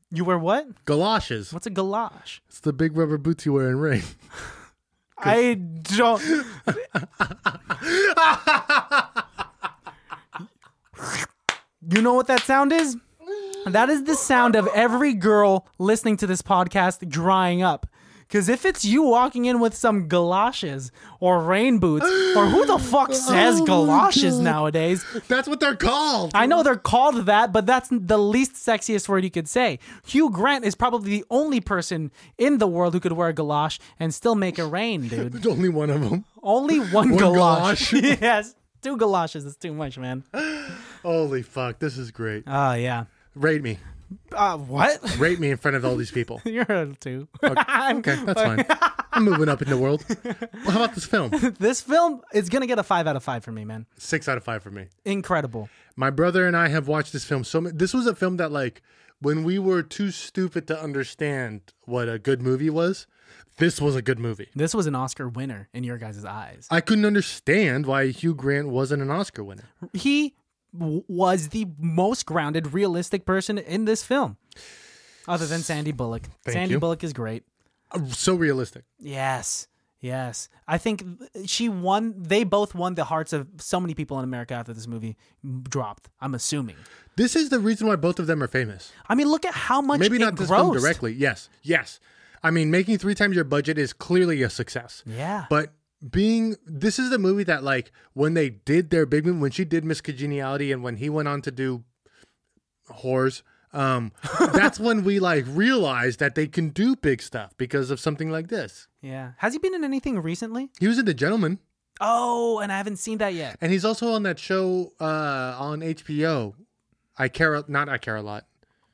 [SPEAKER 3] you wear what?
[SPEAKER 2] Galoshes.
[SPEAKER 3] What's a galosh?
[SPEAKER 2] It's the big rubber boots you wear in rain.
[SPEAKER 3] I don't. you know what that sound is? That is the sound of every girl listening to this podcast drying up. Because if it's you walking in with some galoshes or rain boots, or who the fuck says
[SPEAKER 2] Oh my
[SPEAKER 3] galoshes
[SPEAKER 2] God.
[SPEAKER 3] nowadays?
[SPEAKER 2] That's what they're called.
[SPEAKER 3] I know they're called that, but that's the least sexiest word you could say. Hugh Grant is probably the only person in the world who could wear a galosh and still make it rain, dude.
[SPEAKER 2] There's only one of them.
[SPEAKER 3] Only one,
[SPEAKER 2] One
[SPEAKER 3] galosh.
[SPEAKER 2] galosh.
[SPEAKER 3] yes. Two galoshes is too much, man.
[SPEAKER 2] Holy fuck, this is great.
[SPEAKER 3] Oh, yeah.
[SPEAKER 2] Rate me.
[SPEAKER 3] Uh, what?
[SPEAKER 2] Rate me in front of all these people.
[SPEAKER 3] You're a two.
[SPEAKER 2] Okay, that's fine. I'm moving up in the world. Well, how about this film?
[SPEAKER 3] This film is going to get a five out of five for me, man.
[SPEAKER 2] Six out of five for me.
[SPEAKER 3] Incredible.
[SPEAKER 2] My brother and I have watched this film so many. This was a film that, like, when we were too stupid to understand what a good movie was, this was a good movie.
[SPEAKER 3] This was an Oscar winner in your guys' eyes.
[SPEAKER 2] I couldn't understand why Hugh Grant wasn't an Oscar winner.
[SPEAKER 3] He w- was the most grounded, realistic person in this film, other than Sandy Bullock. Sandy
[SPEAKER 2] you.
[SPEAKER 3] Bullock is great.
[SPEAKER 2] Uh, So realistic.
[SPEAKER 3] Yes. Yes. I think she won. They both won the hearts of so many people in America after this movie dropped, I'm assuming.
[SPEAKER 2] This is the reason why both of them are famous.
[SPEAKER 3] I mean, look at how much
[SPEAKER 2] Maybe
[SPEAKER 3] it
[SPEAKER 2] not this
[SPEAKER 3] grossed.
[SPEAKER 2] film directly. Yes, yes. I mean, making three times your budget is clearly a success.
[SPEAKER 3] Yeah.
[SPEAKER 2] But being this is the movie that like when they did their big movie, when she did Miss Congeniality and when he went on to do whores, um, that's when we like realized that they can do big stuff because of something like this.
[SPEAKER 3] yeah. Has he been in anything recently?
[SPEAKER 2] He was in The Gentleman,
[SPEAKER 3] Oh, and I haven't seen that yet.
[SPEAKER 2] and he's also on that show uh, on HBO. I care a- not. I care a lot.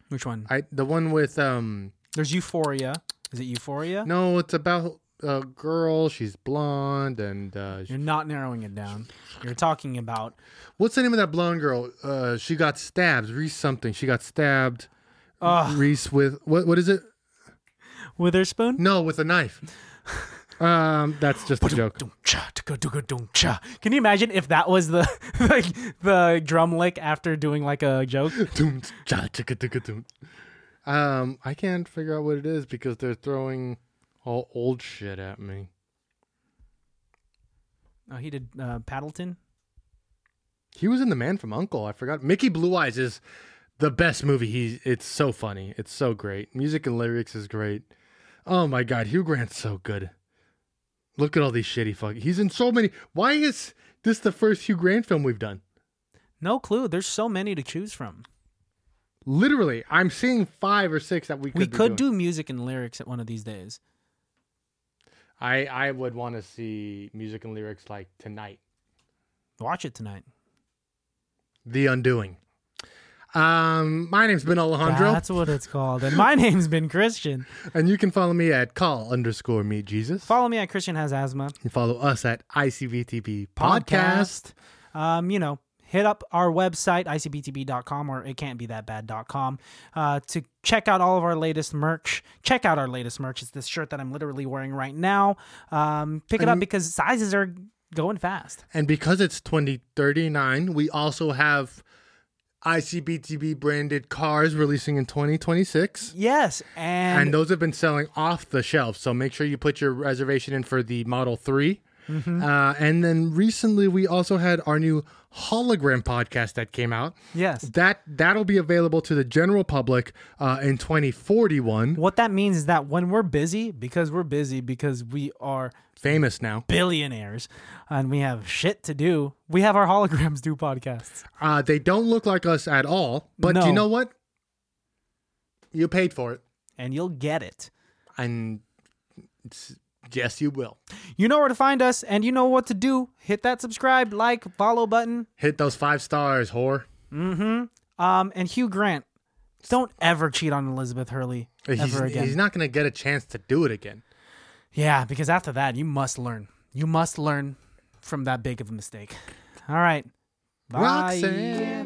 [SPEAKER 3] Which one?
[SPEAKER 2] I the one with um.
[SPEAKER 3] There's Euphoria. Is it Euphoria?
[SPEAKER 2] No, it's about a girl. She's blonde, and uh, she-
[SPEAKER 3] You're not narrowing it down. You're talking about
[SPEAKER 2] what's the name of that blonde girl? Uh, she got stabbed. Reese something. She got stabbed. Reese with what? What is it?
[SPEAKER 3] Witherspoon.
[SPEAKER 2] No, with a knife. um, that's just a joke.
[SPEAKER 3] Cha, tuka, tuka, dum, cha. Can you imagine if that was the like the drum lick after doing like a joke?
[SPEAKER 2] Doom, cha, chicka, ticka, doom. Um, I can't figure out what it is because they're throwing all old shit at me.
[SPEAKER 3] Oh, he did uh, Paddleton.
[SPEAKER 2] He was in The Man from Uncle. I forgot. Mickey Blue Eyes is the best movie. He's it's so funny. It's so great. Music and lyrics is great. Oh my god, Hugh Grant's so good. Look at all these shitty fuck. He's in so many. Why is this the first Hugh Grant film we've done?
[SPEAKER 3] No clue. There's so many to choose from.
[SPEAKER 2] Literally, I'm seeing five or six that we could
[SPEAKER 3] we
[SPEAKER 2] be
[SPEAKER 3] could
[SPEAKER 2] doing.
[SPEAKER 3] do music and lyrics at one of these days.
[SPEAKER 2] I I would want to see music and lyrics like tonight.
[SPEAKER 3] Watch it tonight.
[SPEAKER 2] The Undoing. Um, my name's been Alejandro,
[SPEAKER 3] That's what it's called. And my name's been Christian.
[SPEAKER 2] and you can follow me at call underscore me Jesus.
[SPEAKER 3] Follow me at Christian Has Asthma
[SPEAKER 2] You can follow us at ICVTB Podcast.
[SPEAKER 3] Podcast. Um, you know, hit up our website, icbtb.com or itcan'tbethatbad.com, uh, to check out all of our latest merch. Check out our latest merch. It's this shirt that I'm literally wearing right now. Um, pick it up because sizes are going fast.
[SPEAKER 2] And because it's 2039, we also have ICBTB branded cars releasing in 2026.
[SPEAKER 3] Yes. And,
[SPEAKER 2] And those have been selling off the shelf. So make sure you put your reservation in for the Model 3. Uh, and then recently, we also had our new hologram podcast that came out.
[SPEAKER 3] yes.
[SPEAKER 2] That that'll be available to the general public uh, in 2041.
[SPEAKER 3] What that means is that when we're busy, because we're busy, because we are
[SPEAKER 2] Famous now.
[SPEAKER 3] billionaires and we have shit to do, we have our holograms do podcasts.
[SPEAKER 2] Uh, they don't look like us at all. But
[SPEAKER 3] No.
[SPEAKER 2] you know what? You paid for it,
[SPEAKER 3] And you'll get it.
[SPEAKER 2] and it's, yes, you will.
[SPEAKER 3] You know where to find us and you know what to do. Hit that subscribe, like, follow button.
[SPEAKER 2] Hit those five stars, whore.
[SPEAKER 3] Um, and Hugh Grant, don't ever cheat on Elizabeth Hurley
[SPEAKER 2] He's,
[SPEAKER 3] ever again.
[SPEAKER 2] he's not going to get a chance to do it again.
[SPEAKER 3] Yeah, because after that, you must learn. You must learn from that big of a mistake. All right. Bye.
[SPEAKER 2] Roxanne.